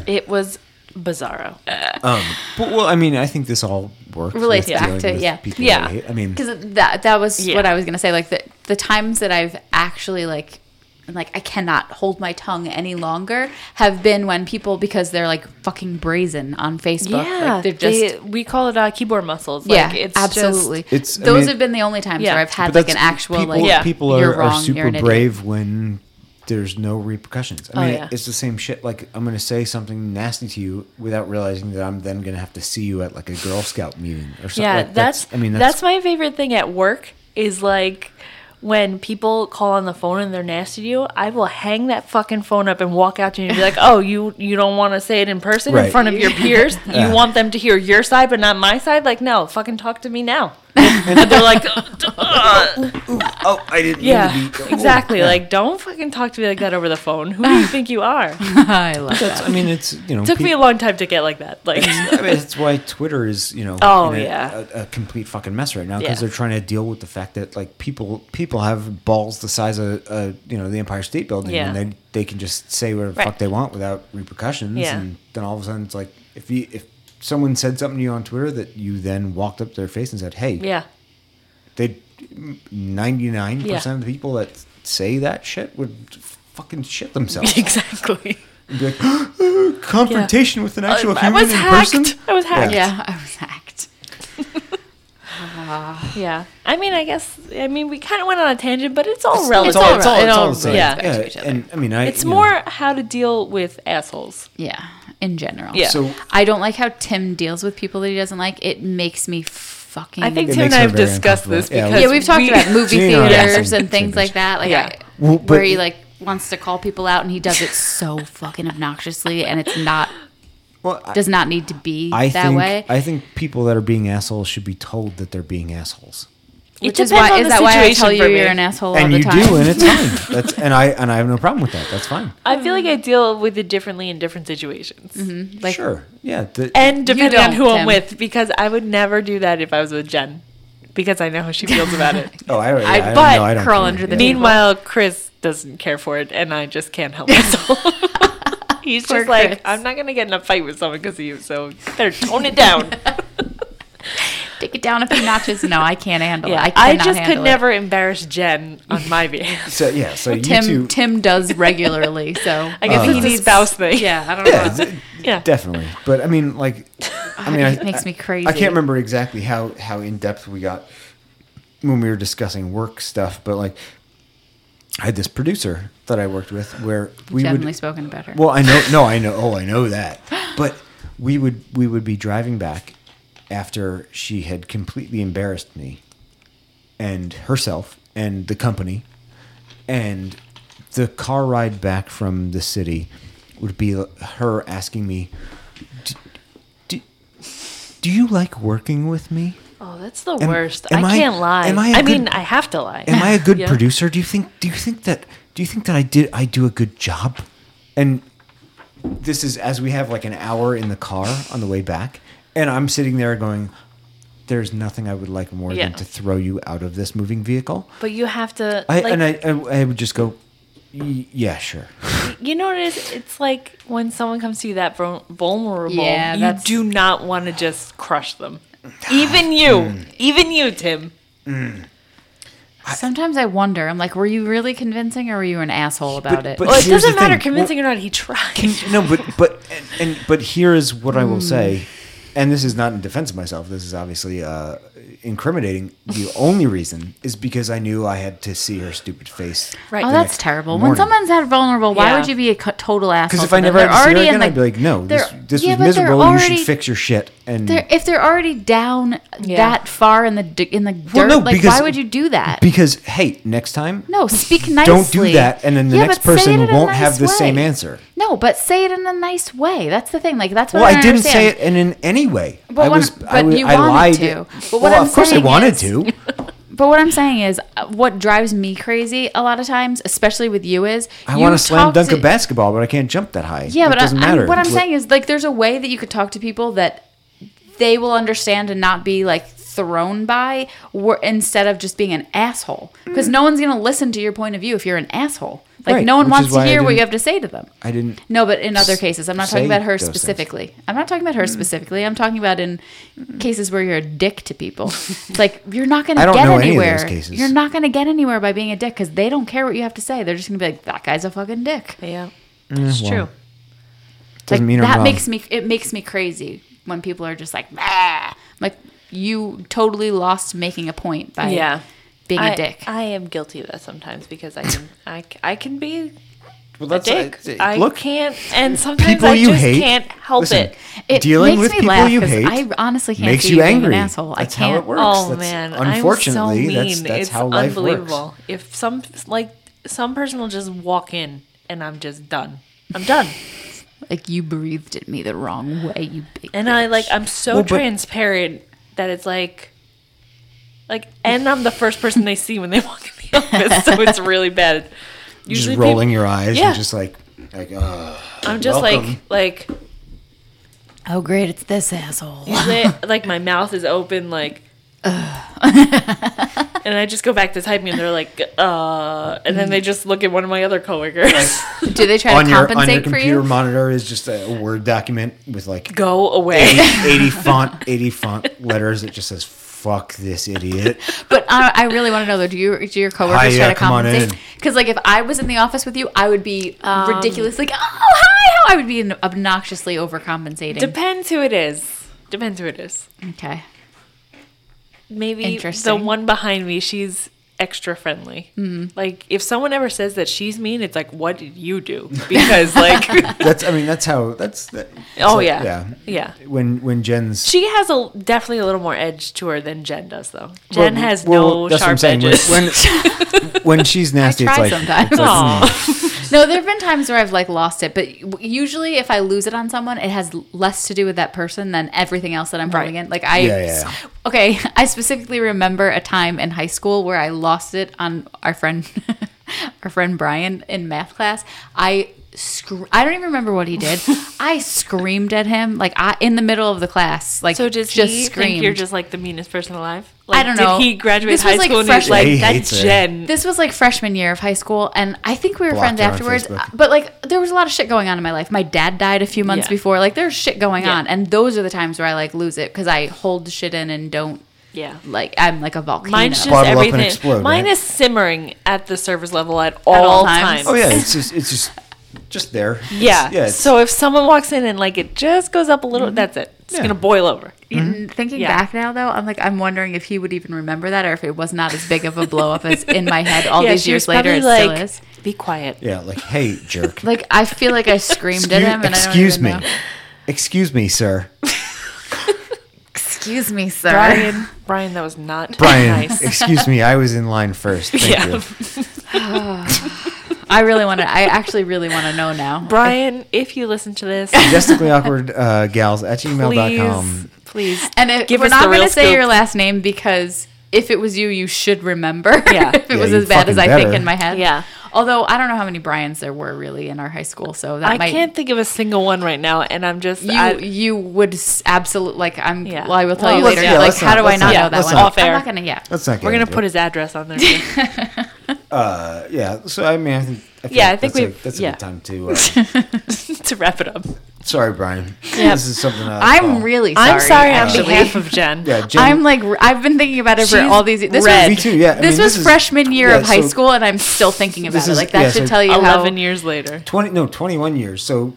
S3: it was bizarro.
S1: Um, but well, I mean, I think this all works.
S2: Relates
S1: with
S2: back
S1: dealing
S2: to-
S1: with
S2: yeah.
S1: people
S3: Yeah.
S1: that hate- I mean,
S2: because that that was
S3: Yeah.
S2: what I was gonna say. Like the the times that I've actually like been like I cannot hold my tongue any longer have been when people because they're like fucking brazen on Facebook.
S3: Yeah,
S2: like, they're just
S3: they- we call it uh, keyboard muscles.
S2: yeah,
S3: like, it's
S2: absolutely.
S3: Just,
S1: It's- I
S2: Those
S1: mean-
S2: have been the only times
S3: Yeah.
S2: where I've had
S1: but
S2: like an
S1: that's-
S2: actual
S1: people,
S2: like
S3: Yeah.
S1: people are,
S2: you're
S1: are
S2: wrong, you're
S1: super
S2: an idiot.
S1: brave when there's no repercussions. I mean,
S3: yeah.
S1: it's the same shit. Like I'm going to say something nasty to you without realizing that I'm then going to have to see you at like a Girl Scout meeting or something.
S3: yeah,
S1: Like,
S3: that's,
S1: I mean,
S3: that's, my favorite thing at work is like when people call on the phone and they're nasty to you. I will hang that fucking phone up and walk out to you and be like, "Oh, you you don't want to say it in person in
S1: Right.
S3: front of your peers.
S1: Yeah.
S3: You want them to hear your side, but not my side. Like, no, fucking talk to me now." and they're like,
S1: oh, I didn't.
S3: "Yeah,
S1: mean to be, Oh,
S3: exactly. Like, don't fucking talk to me like that over the phone. Who do you think you are?"
S2: I love that.
S1: That's, I mean, it's you know.
S3: Took me
S1: peop-
S3: a long time to get like that. Like.
S1: I mean, that's why Twitter is, you know,
S3: Oh,
S1: in a,
S3: yeah.
S1: a, a complete fucking mess right now because
S3: Yeah.
S1: they're trying to deal with the fact that like people people have balls the size of uh, you know the Empire State Building
S3: Yeah.
S1: and they they can just say whatever the
S3: Right.
S1: fuck they want without repercussions
S3: Yeah.
S1: and then all of a sudden it's like if you if someone said something to you on Twitter that you then walked up to their face and said hey
S3: Yeah.
S1: they ninety nine
S3: Yeah.
S1: percent of the people that say that shit would fucking shit themselves
S3: Exactly.
S1: and be like confrontation with an actual
S3: Uh, I
S1: human
S3: was
S1: in
S3: hacked.
S1: person
S3: I was hacked.
S2: Yeah, I was hacked. oh my
S3: Yeah. I mean, I guess. I mean, we kind of went on a tangent, but it's all
S2: all-
S3: relative.
S2: it's all- it's all-
S4: it
S2: it's all
S4: all-
S2: the same.
S4: yeah.
S2: back to each other.
S1: and I mean, I.
S3: It's
S1: you know,
S3: more how to deal with assholes.
S2: Yeah, in general.
S3: Yeah.
S1: So-
S2: I don't like how Tim deals with people that he doesn't like. It makes me fucking.
S3: I think
S1: It
S3: Tim and
S1: makes
S3: I
S1: her
S3: have
S1: very
S3: discussed this
S1: uncomfortable.
S3: because
S1: Yeah,
S2: Yeah, we've talked about movie
S1: Gina and I have
S2: theaters
S1: some
S2: and things
S1: differences.
S2: like that. Like
S3: Yeah.
S1: Well,
S2: where
S1: but-
S2: he like wants to call people out and he does it so fucking obnoxiously and it's not
S1: Well, I,
S2: does not need to be
S1: I
S2: that
S1: think
S2: way.
S1: I think people that are being assholes should be told that they're being assholes.
S3: It
S2: which is
S3: depends
S2: why
S3: on
S2: is
S3: the
S2: that why I
S3: situation
S2: tell
S3: for
S2: you
S3: me.
S2: you're an asshole all
S1: and
S2: the
S1: you
S2: time.
S1: do, and it's fine. That's and I and I have no problem with that. That's fine.
S3: I feel like I deal with it differently in different situations.
S2: like
S1: sure. Yeah. the-
S3: And depending on
S2: Mm-hmm. don't,
S3: who I'm
S2: Tim.
S3: with, because I would never do that if I was with Jen, because I know how she feels about it.
S1: oh, I, yeah,
S2: I-
S1: I don't
S2: but
S1: know, I don't
S2: curl
S1: care.
S2: under the
S1: Yeah.
S2: table.
S3: Meanwhile, Chris doesn't care for it, and I just can't help myself. He's
S2: Poor
S3: just like,
S2: Chris.
S3: I'm not gonna get in a fight with someone because of you, so better tone it down.
S2: take it down a few notches. No, I can't handle it.
S3: yeah,
S2: I,
S3: I,
S2: cannot
S3: just could
S2: handle it.
S3: never embarrass Jen on my behalf.
S1: So yeah. So you
S2: Tim
S1: two.
S2: Tim does regularly, so
S3: I guess it's a spouse thing.
S2: Yeah, I don't know.
S3: uh, yeah.
S1: Definitely. But I mean, like, I mean,
S2: It
S1: I,
S2: makes me crazy.
S1: I can't remember exactly how how in depth we got when we were discussing work stuff, but like, I had this producer that I worked with where we
S2: Generally
S1: would.
S2: spoken better.
S1: Well, I know. No, I know. Oh, I know that. But we would we would be driving back after she had completely embarrassed me and herself and the company and the car ride back from the city would be her asking me "D- d- do you like working with me
S3: Oh, that's the
S1: Am-
S3: worst.
S1: am I-
S3: I can't lie.
S1: am I a
S3: I mean,
S1: good-
S3: I have to lie.
S1: am i a good
S3: Yeah.
S1: producer do you think do you think that do you think that i did i do a good job and this is as we have like an hour in the car on the way back and i'm sitting there going there's nothing i would like more
S3: Yeah.
S1: than to throw you out of this moving vehicle
S3: But you have to.
S1: I,
S3: like,
S1: and I, I, I would just go, "Y- yeah, sure.
S3: you know what it is? It's like when someone comes to you that vul- vulnerable,
S2: Yeah,
S3: you
S2: that's-
S3: do not want to just crush them. Even you, even you, Tim.
S2: Sometimes I wonder. I'm like, were you really convincing, or were you an asshole about it?
S1: but-
S3: Well, it
S1: Here's
S3: doesn't
S1: the
S3: matter
S1: thing.
S3: convincing or not. He tried.
S1: no, but but and, and but here is what I will say,
S3: Mm.
S1: and this is not in defense of myself. This is obviously uh, incriminating. The only reason is because I knew I had to see her stupid face.
S3: Right.
S2: oh,
S3: the
S2: that's
S1: next
S2: terrible.
S1: morning.
S2: When someone's that vulnerable, why
S3: Yeah.
S2: would you be a co- total asshole?
S1: Because if
S2: to
S1: I
S2: them?
S1: never
S2: They're
S1: had to see her
S2: already in,
S1: again, I'd be like, no, this,
S2: they're-
S1: this
S2: yeah, but
S1: was
S2: they're
S1: miserable. you
S2: already-
S1: should fix your shit. And
S2: they're- if they're already down that far in the d- in the dirt,
S1: no,
S2: like
S1: because-
S2: why would you do that?
S1: because hey, next time,
S2: no, speak nicely.
S1: don't do that, and then the
S2: Yeah,
S1: next
S2: but say it
S1: person
S2: in a
S1: won't
S2: nice
S1: have the same
S2: way.
S1: answer.
S2: No, but say it in a nice way. That's the thing. Like that's what
S1: Well, I,
S2: don't
S1: didn't say it
S2: understand.
S1: in, in any way.
S2: But
S1: I
S2: when-
S1: was, I,
S2: but
S1: was
S2: you
S1: I
S2: wanted
S1: lied.
S2: to. But what
S1: well,
S2: I'm
S1: of course I
S2: saying
S1: wanted
S2: is-
S1: to.
S2: But what I'm saying is, uh, what drives me crazy a lot of times, especially with you, is
S1: I
S2: you
S1: want to slam
S2: talk
S1: dunk
S2: to-
S1: a basketball, but I can't jump that high.
S2: Yeah,
S1: it
S2: but I-
S1: doesn't
S2: I'm-
S1: matter.
S2: what I'm
S1: It's
S2: saying is, like, there's a way that you could talk to people that they will understand and not be like thrown by, wh- instead of just being an asshole. Because no one's gonna listen to your point of view if you're an asshole. Like,
S1: Mm. Right,
S2: no one
S1: which
S2: wants
S1: is
S2: to
S1: why I
S2: hear what you
S1: didn't-
S2: have to say to them.
S1: I didn't.
S2: No, but in other cases, I'm not talking
S1: say
S2: about her
S1: those things. Mm.
S2: specifically. I'm not talking about her specifically. I'm talking about in cases where you're a dick to people. It's like you're not going
S1: I
S2: to
S1: don't
S2: get
S1: know any of
S2: anywhere.
S1: those cases.
S2: You're not going to get anywhere by being a dick because they don't care what you have to say. They're just going to be like, "That guy's a fucking dick."
S3: yeah, it's
S1: well.
S3: true.
S1: Doesn't
S2: like,
S1: mean I'm
S2: that
S1: wrong.
S2: makes me it makes me crazy when people are just like, "Bah." I'm like you totally lost making a point by
S3: Yeah.
S2: being a
S3: I-
S2: dick.
S3: I am guilty of that sometimes because I can, I, c- I can be
S1: Well,
S3: a
S1: that's-
S3: dick. I,
S1: look,
S3: can't, and sometimes
S1: people
S3: I
S1: you
S3: just
S1: hate-
S3: can't help
S1: listen,
S3: it.
S2: it
S1: dealing
S2: makes
S1: with
S2: me
S1: people
S2: laugh
S1: you
S2: 'cause
S1: hate
S2: I honestly can't
S1: makes
S2: see
S1: you
S2: you being an
S1: angry.
S2: asshole. I
S1: That's how it
S2: can't-
S1: works.
S3: Oh
S1: That's-
S3: man,
S1: unfortunately,
S3: I'm so mean.
S1: that's that's
S3: it's
S1: how life works.
S3: unbelievable. If some like some person will just walk in and I'm just done. I'm done.
S2: like you breathed at me the wrong way, you big.
S3: And I like I'm so
S1: Well, but-
S3: transparent that it's like like and I'm the first person they see when they walk in the office, so it's really bad.
S1: Just
S3: Usually
S1: rolling
S3: people-
S1: your eyes
S3: Yeah.
S1: and just like, like, uh,
S3: I'm just
S1: welcome.
S3: like like
S2: oh, great! It's this asshole.
S3: lit, like my mouth is open like and I just go back to typing and they're like uh and then they just look at one of my other coworkers.
S2: Do they try
S1: on
S2: to
S1: your on your
S2: compensate for
S1: computer
S2: you?
S1: monitor is just a word document with like
S3: go away.
S1: 80 font, 80 font letters that just says "fuck this idiot."
S2: But I, I really want to know though. Do your do your coworkers
S1: Hi,
S2: try
S1: yeah,
S2: to
S1: come on
S2: compensate?
S1: in.
S2: Because like if I was in the office with you, I would be
S3: Um,
S2: ridiculous. Like oh hi, how I would be an- obnoxiously overcompensating.
S3: Depends who it is. Depends who it is.
S2: okay.
S3: maybe the
S2: Interesting. Mm-hmm.
S3: one behind me, she's extra friendly. Like if someone ever says that she's mean, it's like, what did you do? Because like,
S1: That's I mean that's how that's that,
S3: oh
S1: so-
S3: yeah,
S1: yeah
S3: yeah.
S1: when when Jen's
S3: She has a definitely a little more edge to her than Jen does, though. Jen
S1: Well,
S3: has
S1: well,
S3: no
S1: that's what I'm
S3: sharp
S1: saying. When-
S3: edges.
S1: when when she's nasty it's
S2: try
S1: like
S2: sometimes.
S1: it's like,
S3: Aw.
S1: mm.
S2: No, there have been times where I've like lost it, but w- usually if I lose it on someone, it has less to do with that person than everything else that I'm
S3: Right.
S2: holding in. Like I,
S1: Yeah, yeah, yeah.
S2: okay, I specifically remember a time in high school where I lost it on our friend, our friend Brian in math class. I. Scr- I don't even remember what he did. I screamed at him like I, in the middle of the class. Like
S3: So does
S2: just
S3: he
S2: screamed.
S3: think you're just like the meanest person alive? Like,
S2: don't know.
S3: Did he graduate
S2: This was,
S3: high
S2: like,
S3: school and he's
S2: freshman-
S3: like,
S1: Yeah, he
S3: that's
S1: hates her.
S3: Jen?
S2: This was like freshman year of high school, and I think we were
S1: Blocked
S2: friends
S1: her on
S2: afterwards.
S1: Facebook.
S2: uh, But like, there was a lot of shit going on in my life. My dad died a few months
S3: Yeah.
S2: before. Like, there's shit going
S3: Yeah.
S2: on, and those are the times where I like lose it because I hold shit in and don't
S3: Yeah.
S2: like. I'm like a volcano.
S3: Mine's just
S1: Bottle up and
S3: everything.
S1: explode,
S3: Mine
S1: right?
S3: is simmering at the service level at all,
S2: all
S3: times.
S2: times.
S1: oh yeah it's just it's just just there It's-
S3: Yeah.
S1: yeah it's- Mm-hmm.
S3: so if someone walks in and like it just goes up a little, that's it. It's
S1: Yeah.
S3: gonna boil over.
S1: Mm-hmm.
S2: And Thinking
S3: Yeah.
S2: back now, though, I'm like, I'm wondering if he would even remember that, or if it was not as big of a blow up as in my head all
S3: Yeah,
S2: these
S3: she
S2: years
S3: was
S2: later. It
S3: probably
S2: still
S3: like,
S2: is.
S3: Be quiet.
S1: yeah like hey jerk
S2: Like, I feel like I screamed at
S1: You-
S2: him, and
S1: excuse
S2: I don't
S1: me
S2: even know.
S1: excuse me sir
S2: Excuse me, sir.
S3: Brian, Brian, that was not
S1: Brian
S3: nice.
S1: excuse me I was in line first thank
S3: Yeah.
S1: you
S2: I really want to. I actually really want to know now.
S3: Brian, if you listen to this,
S1: majestically awkward uh, gals at gmail.com
S3: please, please.
S2: And if,
S3: Give
S2: we're
S3: us the
S2: not going
S3: real
S2: to say
S3: scoop.
S2: your last name because if it was you, you should remember.
S3: Yeah.
S2: if it
S1: Yeah,
S2: was
S1: you
S2: as bad as
S1: fucking
S2: I think
S1: better.
S2: in my head.
S3: Yeah.
S2: Although I don't know how many Brian's there were really in our high school, so that
S3: I
S2: might.
S3: can't think of a single one right now, and I'm just
S2: you
S3: I,
S2: you would absolutely like I'm.
S3: Yeah.
S2: Well, I will tell
S3: Well,
S2: you
S1: let's-
S2: later.
S1: yeah,
S2: like,
S1: let's
S2: how
S1: not-
S2: do I
S1: let's not-
S2: not know that
S1: let's
S2: one?
S1: not.
S3: Off air.
S2: I'm not gonna. Yeah.
S1: let's not get
S3: we're gonna
S1: into
S3: put
S1: it.
S3: his address on there. too.
S1: uh, yeah so I mean I think I
S3: Yeah, I think
S1: that's a-
S3: we've-
S1: that's a
S3: yeah.
S1: good time to uh,
S3: to wrap it up.
S1: sorry Brian
S3: Yeah.
S1: this is something out of
S2: I'm
S1: call.
S2: really. Sorry,
S3: I'm sorry
S2: actually.
S3: on behalf of Jen.
S1: yeah Jen,
S2: I'm like r- I've been thinking about it for
S3: She's
S2: all these. This
S3: red.
S1: me
S2: was
S1: too yeah I
S2: this
S1: mean,
S2: was
S1: is-
S2: freshman year
S1: yeah,
S2: of high
S1: so-
S2: school, and I'm still thinking about
S1: This
S2: it.
S1: is-
S2: Like that
S1: yeah,
S2: should
S1: so-
S2: tell you how.
S3: Eleven years later.
S1: 20 no 21 years so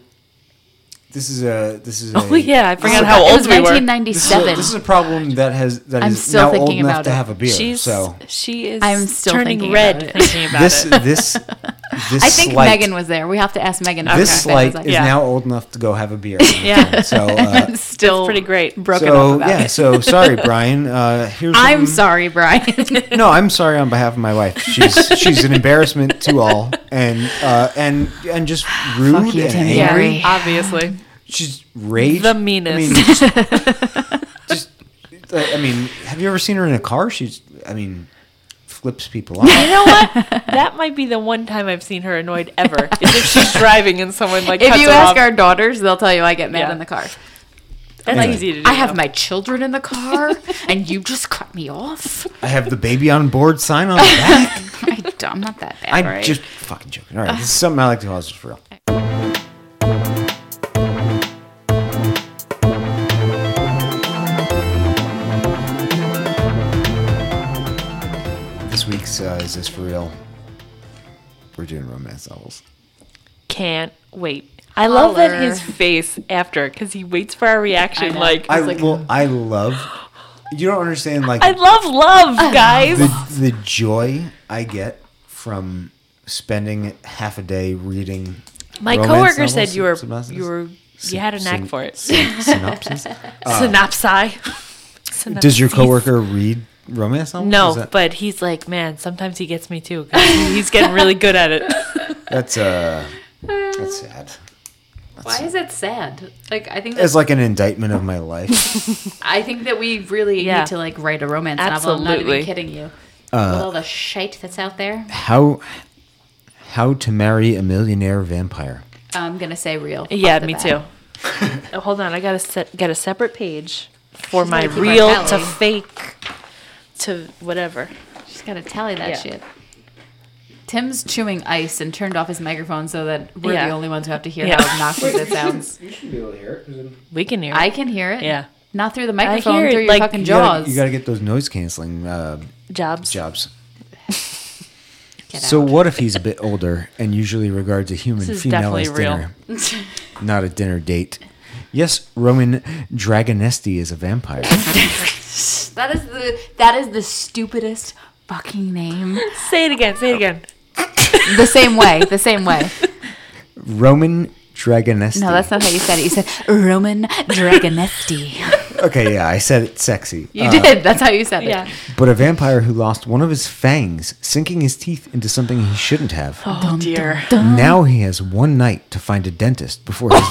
S1: this is a this is a,
S3: Oh yeah, I
S1: this is
S3: forgot
S1: a-
S3: how
S2: it
S3: old
S2: was
S3: we
S1: this
S3: were.
S1: is, a,
S2: 1997.
S1: this is a problem that has that
S2: I'm
S1: is
S2: still
S1: now old
S2: thinking
S1: enough
S2: about
S1: to
S2: it.
S1: have a beer
S3: She's
S1: so
S3: she is.
S2: I'm still
S3: turning
S2: thinking
S3: red
S2: about it.
S3: thinking about
S1: this
S3: it.
S1: this this
S2: I think
S1: slight,
S2: Megan was there. We have to ask Megan. if
S1: this
S2: Megan
S1: slight
S2: was
S1: is
S3: Yeah.
S1: now old enough to go have a beer
S3: Yeah.
S1: so uh,
S2: I'm still
S3: pretty great.
S2: Broken up
S1: so
S2: about
S1: yeah
S2: it.
S1: so sorry Brian uh here's
S2: I'm
S1: something-
S2: sorry, Brian.
S1: no, I'm sorry on behalf of my wife. She's she's an embarrassment to all, and uh, and and just rude
S2: Fuck you,
S1: and
S2: Timmy.
S1: angry.
S2: Angry.
S3: obviously.
S1: She's rage.
S3: The meanest.
S1: I mean, just, just, I mean, have you ever seen her in a car? She's, I mean, flips people off.
S3: You know what? that might be the one time I've seen her annoyed ever. Is if she's driving and someone like
S2: if
S3: cuts
S2: you
S3: her
S2: ask
S3: off.
S2: our daughters, they'll tell you I get mad
S3: Yeah.
S2: in the car.
S3: that's
S1: Anyway.
S3: easy to do.
S2: I have
S3: though.
S2: my children in the car, and you just cut me off.
S1: I have the baby on board sign on the back.
S2: I don't- I'm not that bad,
S1: I'm
S2: right?
S1: just fucking joking. All right, this is something I like to call just for real. This week's uh, is this for real? We're doing romance novels.
S3: can't wait. I love that
S2: Holler.
S3: his face after because he waits for our reaction.
S2: know.
S3: Like
S1: I
S3: I,
S1: well, I love. You don't understand like
S3: love love, guys.
S1: the, the joy I get from spending half a day reading.
S3: My
S1: romance
S3: coworker
S1: novels,
S3: said you were
S1: synopsis?
S3: you were you had a
S1: Syn-
S3: knack for it. Uh,
S1: syn- synopsis.
S3: Synopsi.
S1: Does your coworker read romance novels?
S3: No,
S1: Is that-
S3: but he's like, man. Sometimes he gets me too. 'cause he- He's getting really good at it.
S1: that's uh, that's sad.
S2: Why is it sad? Like I think
S1: It's
S2: that,
S1: like an indictment of my life.
S2: I think that we really
S3: Yeah.
S2: need to like write a romance novel. I'm not
S3: Absolutely.
S2: even kidding you.
S1: Uh,
S2: With all the shite that's out there,
S1: How how to marry a millionaire vampire?
S2: I'm gonna say real.
S3: Yeah,
S2: off the
S3: me
S2: bat.
S3: too. oh, hold on, I gotta set, get a separate page for
S2: She's
S3: my
S2: gotta keep our
S3: real to
S2: tally.
S3: fake to whatever.
S2: Just gotta tally that
S3: Yeah.
S2: shit. Tim's chewing ice and turned off his microphone so that we're
S3: Yeah.
S2: the only ones who have to hear
S3: Yeah.
S2: how obnoxious it sounds.
S1: You should be able to hear it.
S3: We can hear.
S2: I
S3: I
S2: can hear it.
S3: yeah.
S2: Not through the microphone,
S3: hear it,
S2: through your
S3: like,
S2: fucking
S1: You gotta,
S2: jaws.
S1: you gotta get those noise canceling uh,
S3: Jobs.
S1: jobs.
S2: Get
S1: So
S2: out.
S1: what if he's a bit older and usually regards a human
S3: This is
S1: female as
S3: definitely real.
S1: dinner, not a dinner date? Yes, Roman Dragonesti is a vampire.
S2: That is the that is the stupidest fucking name.
S3: Say it again. Say it again.
S2: The same way. The same way.
S1: Roman Dragonesti.
S2: No, that's not how you said it. You said Roman Dragonesti.
S1: Okay, yeah, I said it sexy.
S2: You did. That's how you said it.
S3: Yeah.
S1: But a vampire who lost one of his fangs, sinking his teeth into something he shouldn't have.
S3: Oh dear.
S1: Now he has one night to find a dentist before his.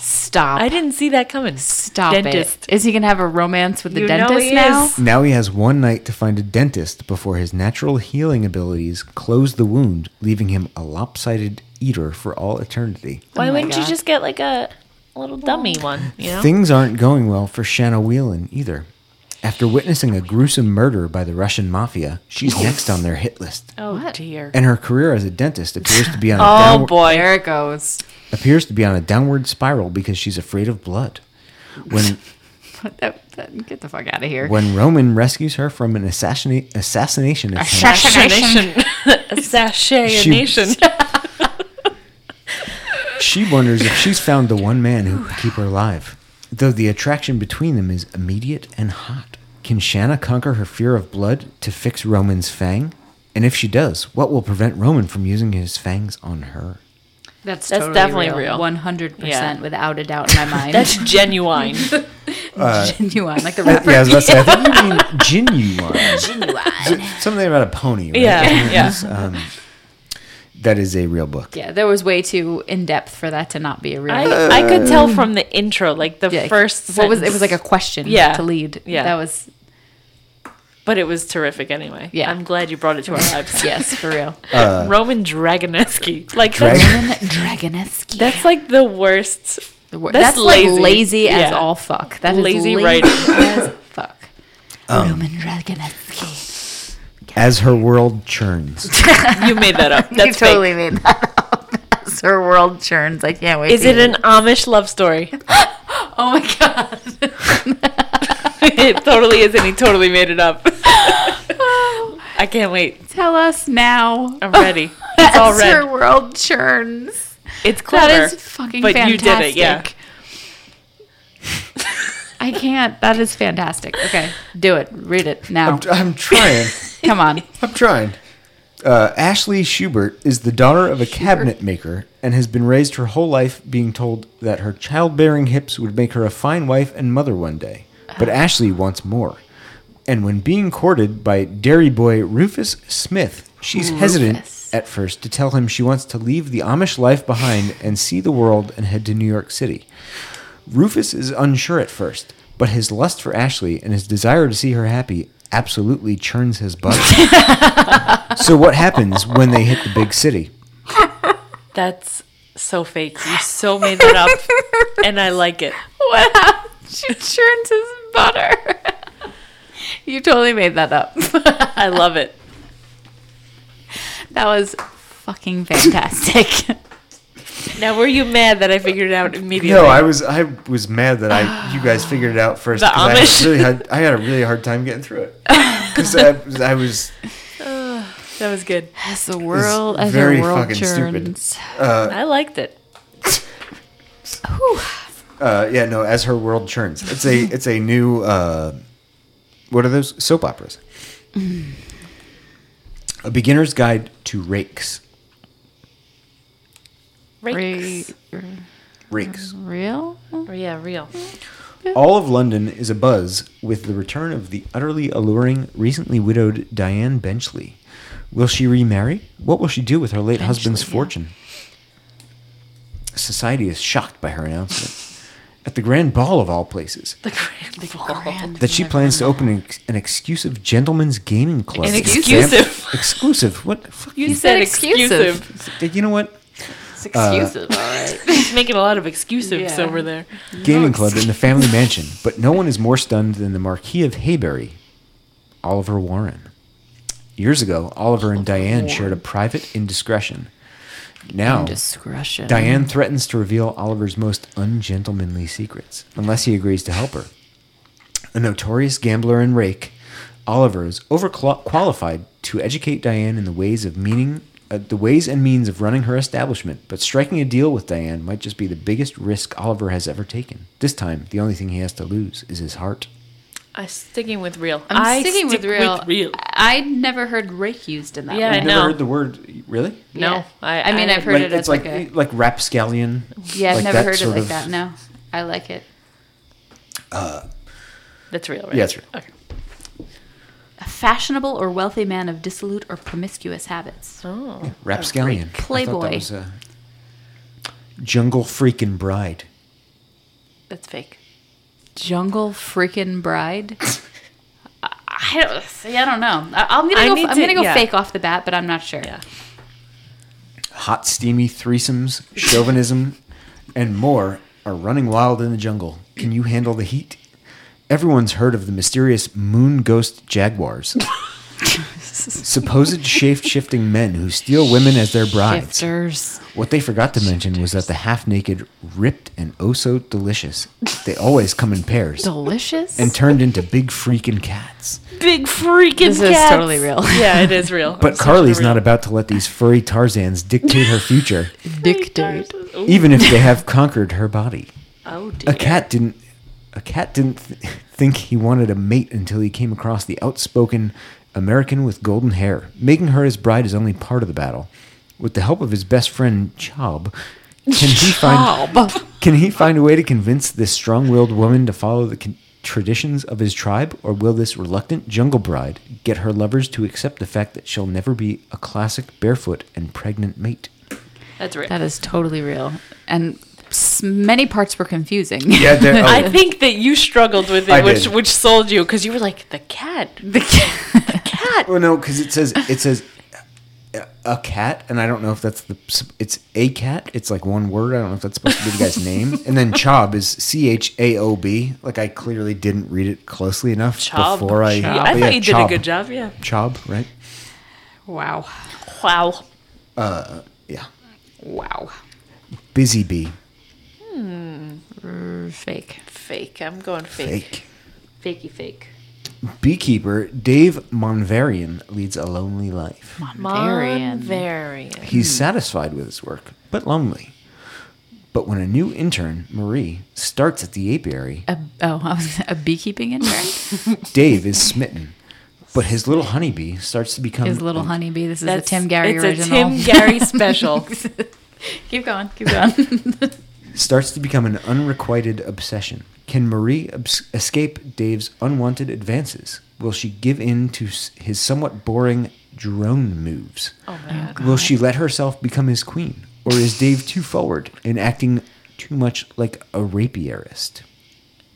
S2: Stop.
S3: I didn't see that coming.
S2: Stop
S3: Dentist.
S2: it. Is he gonna have a romance with the
S3: You know
S2: dentist
S3: he
S2: now?
S3: is.
S1: now he has one night to find a dentist before his natural healing abilities close the wound, leaving him a lopsided eater for all eternity.
S3: Why
S2: Oh my
S3: wouldn't you
S2: God.
S3: just get like a little dummy one? You know.
S1: Things aren't going well for Shanna Whelan either. After witnessing a gruesome murder by the Russian mafia, she's next on their hit list.
S3: oh dear.
S1: And her career as a dentist appears to be on a
S3: Oh
S1: downward
S3: boy.
S2: There it goes.
S1: appears to be on a downward spiral because she's afraid of blood. When
S2: That- that- Get the fuck out of here.
S1: when Roman rescues her from an assassinate assassination attempt,
S2: Assassination.
S3: Sashay nation.
S1: she wonders if she's found the one man who can keep her alive. Though the attraction between them is immediate and hot. Can Shanna conquer her fear of blood to fix Roman's fang? And if she does, what will prevent Roman from using his fangs on her?
S2: That's,
S3: That's
S2: totally
S3: definitely real.
S2: real. One hundred
S3: Yeah.
S2: percent, without a doubt in my mind.
S3: That's genuine.
S2: genuine, like the
S3: Uh,
S2: rapper.
S1: yeah, I was about to say, I think you mean genuine.
S2: Genuine.
S1: Something about a pony, right?
S3: Yeah, yeah.
S1: Um, that is a real book.
S2: Yeah, there was way too in depth for that to not be a real.
S3: I, I could tell from the intro, like the
S2: Yeah,
S3: first.
S2: What was it? Was
S3: sentence.
S2: like a question.
S3: Yeah.
S2: To lead.
S3: Yeah.
S2: That was
S3: But it was terrific anyway.
S2: Yeah.
S3: I'm glad you brought it to our lives.
S2: yes for real.
S1: Uh,
S3: Roman Dragonesky. Like that's,
S1: Dragon-
S2: Roman Dragonesky.
S3: that's like the worst.
S2: The wor-
S3: That's
S2: that's, lazy.
S3: lazy.
S2: like lazy as
S3: Yeah.
S2: all fuck. That is
S3: Lazy
S2: lazy,
S3: writing.
S2: as fuck. Roman Dragonesky.
S1: As her world churns.
S3: You made that up. That's fake.
S2: made that up. As her world churns. I can't wait.
S3: Is it an Amish love story?
S2: Oh my god.
S3: it totally is, and he totally made it up. I can't wait.
S2: Tell us now.
S3: I'm ready. It's all
S2: As
S3: red.
S2: Her world churns.
S3: It's clever.
S2: That is fucking
S3: but
S2: fantastic.
S3: you did it. Yeah.
S2: I can't. That is fantastic. Okay, do it. Read it now.
S1: I'm, I'm trying.
S2: Come on.
S1: I'm trying. Uh, Ashley Schubert is the daughter of a cabinet maker and has been raised her whole life being told that her childbearing hips would make her a fine wife and mother one day. But Ashley wants more. And when being courted by dairy boy Rufus Smith, she's hesitant
S2: Rufus.
S1: at first to tell him she wants to leave the Amish life behind and see the world and head to New York City. Rufus is unsure at first, but his lust for Ashley and his desire to see her happy absolutely churns his butt. so what happens when they hit the big city?
S3: That's so fake. You so made that up, and I like it.
S2: What happened? She churns his butter. you totally made that up.
S3: I love it.
S2: that was fucking fantastic.
S3: Now, were you mad that I figured it out immediately?
S1: No, I was I was mad that I you guys figured it out first.
S3: The
S1: 'cause I
S3: Amish.
S1: had really had I had a really hard time getting through it because I, was- I was
S3: that was good.
S2: as the world, as
S1: very
S2: the world
S1: fucking stupid.
S2: churns.
S3: I liked it.
S2: Whew.
S1: uh, yeah no as her world churns. It's a it's a new uh, what are those soap operas?
S2: Mm-hmm.
S1: A beginner's guide to rakes.
S2: Re-
S3: Rakes.
S2: Mm-hmm.
S3: Oh,
S1: Rakes.
S2: real?
S3: Yeah, real.
S1: All of London is abuzz with the return of the utterly alluring, recently widowed Diane Benchley. Will she remarry? What will she do with her late husband's
S2: Benchley, yeah.
S1: fortune? Society is shocked by her announcement. At the grand ball of all places,
S3: The grand, the grand.
S1: that she plans to open an, ex- an exclusive gentleman's gaming club.
S3: An
S1: in Stamp-
S3: exclusive.
S1: exclusive. What? the fuck?
S3: You,
S2: said excusive.
S1: You know what?
S2: It's excusive, all right.
S3: She's Uh, making a lot of excusives
S2: Yeah.
S3: over there.
S1: gaming club in the family mansion, but no one is more stunned than the Marquis of Haybury, Oliver Warren. Years ago, Oliver and Diane shared a private indiscretion. Now,
S2: Discretion.
S1: Oh. Diane threatens to reveal Oliver's most ungentlemanly secrets unless he agrees to help her. A notorious gambler and rake, Oliver is overqualified to educate Diane in the ways of meaning, uh, the ways and means of running her establishment. But striking a deal with Diane might just be the biggest risk Oliver has ever taken. This time, the only thing he has to lose is his heart.
S3: I'm sticking with real.
S2: I'm
S3: I
S2: sticking
S3: stick
S2: with real. I I'd never heard rake used in that.
S3: Yeah,
S2: way.
S3: I
S1: I've never
S3: know.
S1: heard the word really.
S3: No,
S2: Yeah.
S3: I-
S2: I mean,
S3: I-
S2: I've heard it
S1: like,
S2: as
S1: it's
S2: like,
S1: like
S2: a. Oh,
S1: like rapscallion.
S2: Yeah, I've
S1: like
S2: never
S1: that
S2: heard it
S1: sort
S2: like
S1: of-
S2: that. No, I like it.
S3: That's real, right?
S1: Yeah, it's real.
S3: Okay.
S2: A fashionable or wealthy man of dissolute or promiscuous habits.
S3: Oh.
S1: Rapscallion. I thought
S2: Playboy.
S1: that was a jungle freaking bride.
S3: That's fake.
S2: Jungle freaking bride. I- I don't. See, I don't know. I, I'm gonna.
S3: I
S2: Go,
S3: need
S2: I'm
S3: to-
S2: gonna go
S3: yeah.
S2: fake off the bat, but I'm not sure.
S3: Yeah.
S1: Hot, steamy threesomes, chauvinism, and more are running wild in the jungle. Can you handle the heat? Everyone's heard of the mysterious moon ghost jaguars. Supposed shape shifting men who steal women as their brides.
S2: Shifters.
S1: What they forgot to mention was that the half naked, ripped, and oh so delicious, they always come in pairs
S2: Delicious.
S1: and turned into big freaking cats.
S3: Big freaking
S2: this is
S3: cats.
S2: totally real.
S3: Yeah, it is real.
S1: But Carly's not about to let these furry Tarzans dictate her future,
S2: Dictate.
S1: even if they have conquered her body.
S3: Oh dear.
S1: A cat didn't. A cat didn't th- think he wanted a mate until he came across the outspoken American with golden hair. Making her his bride is only part of the battle. With the help of his best friend Chob, can he find can he find a way to convince this strong-willed woman to follow the con- traditions of his tribe, or will this reluctant jungle bride get her lovers to accept the fact that she'll never be a classic barefoot and pregnant mate?
S3: That's real.
S2: That is totally real, and s- many parts were confusing.
S3: I think that you struggled with it,
S1: I
S3: which
S1: did.
S3: which sold you because you were like the cat,
S2: The cat.
S3: cat.
S1: Well, no, because it says it says a- a cat, and I don't know if that's the it's a cat. It's like one word. I don't know if that's supposed to be the guy's name. And then Chob is C H A O B. Like I clearly didn't read it closely enough
S3: Chob.
S1: before I.
S3: Yeah, I
S1: but
S3: thought
S1: yeah,
S3: you did
S1: Chob.
S3: a good job. Yeah.
S1: Chob, right?
S2: wow.
S3: Wow.
S1: Yeah.
S2: Wow.
S1: Busy bee,
S2: Fake.
S3: Fake. I'm going fake.
S1: fake.
S2: Fakey fake.
S1: Beekeeper Dave Monvarian leads a lonely life.
S2: Varian.
S3: Monvarian.
S1: He's satisfied with his work, but lonely. But when a new intern, Marie, starts at the apiary,
S2: A, oh, I was a beekeeping intern.
S1: Dave is smitten, but his little honeybee starts to become
S2: His little
S1: an-
S2: honeybee. This is a
S3: That's-
S2: Tim Gary
S3: it's a
S2: original.
S3: Tim Gary special.
S2: keep going. Keep going.
S1: starts to become an unrequited obsession. Can Marie obs- escape Dave's unwanted advances? Will she give in to s- his somewhat boring drone moves?
S3: Oh man.
S1: Will she let herself become his queen, or is Dave too forward and acting too much like a rapierist?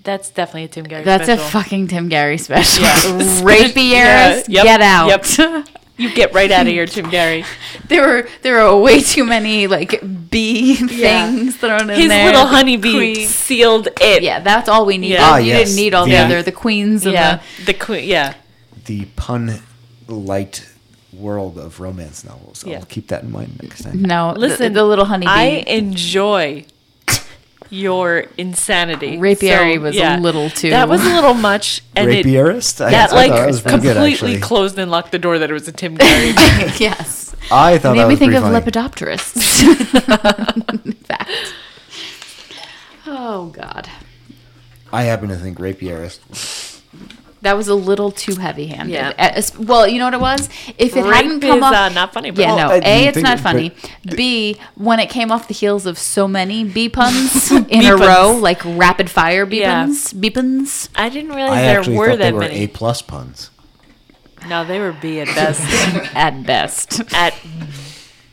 S3: That's definitely a Tim Gary
S2: That's a
S3: special.
S2: fucking Tim Gary special.
S3: Yeah.
S2: Rapierist,
S3: Yeah, yep,
S2: get out.
S3: you get right out of here, Tim Gary.
S2: there were there were way too many like bee
S3: Yeah.
S2: things thrown in
S3: His
S2: there.
S3: little
S2: The
S3: honeybee
S2: queen.
S3: sealed it.
S2: Yeah, that's all we needed.
S3: Yeah. Ah,
S2: you
S1: yes,
S2: didn't need all
S1: the-
S2: the other the queens and
S3: Yeah. The queen. Yeah.
S1: The pun light world of romance novels.
S3: Yeah.
S1: I'll keep that in mind next time.
S2: the no.
S3: Listen,
S2: Listen, the, little honeybee.
S3: I enjoy your insanity.
S2: Rapieri was a little too-
S3: That was a little much, and it,
S1: Rapierist? I-
S3: that
S1: I
S3: like
S1: thought that was pretty good,
S3: completely
S1: actually.
S3: closed and locked the door that it was a Tim Gary.
S2: yes,
S1: I thought
S2: made
S1: that
S2: me
S1: was
S2: think
S1: pretty
S2: of
S1: funny.
S2: lepidopterists. in fact. Oh God,
S1: I happen to think rapierist.
S2: that was a little too heavy-handed.
S3: Yeah.
S2: Uh, es- Well, you know what it was. If it hadn't
S3: Rape
S2: come
S3: is
S2: up,
S3: uh, not funny, but
S2: Yeah,
S1: Well,
S2: no.
S1: I
S2: A,
S1: didn't
S2: it's
S1: think
S2: not
S1: it,
S2: funny. B, when it came off the heels of so many bee puns in a
S3: puns.
S2: row, like rapid fire bee
S3: Yeah.
S2: puns, bee puns.
S3: I didn't realize
S1: I
S3: there
S1: actually
S3: were
S1: thought they
S3: that
S1: were
S3: many.
S1: A plus puns.
S3: No, they were B at best.
S2: At best,
S3: at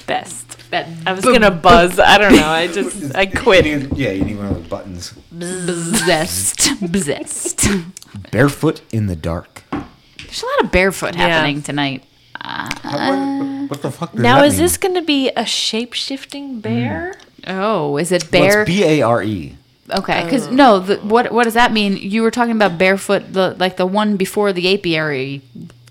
S3: best.
S2: At
S3: I was gonna buzz. I don't know. I just I quit.
S1: yeah, you need one of those buttons.
S2: possessed, possessed.
S1: Barefoot in the dark.
S2: There's a lot of barefoot happening tonight.
S1: what, the fuck? Does
S3: Now
S1: that
S3: is
S1: mean?
S3: this gonna be a shape shifting bear?
S2: Oh, is it
S1: Well,
S2: bare?
S1: it's B A R E.
S2: okay,
S3: Oh.
S2: because no, the, what what does that mean? You were talking about barefoot, the like the one before the apiary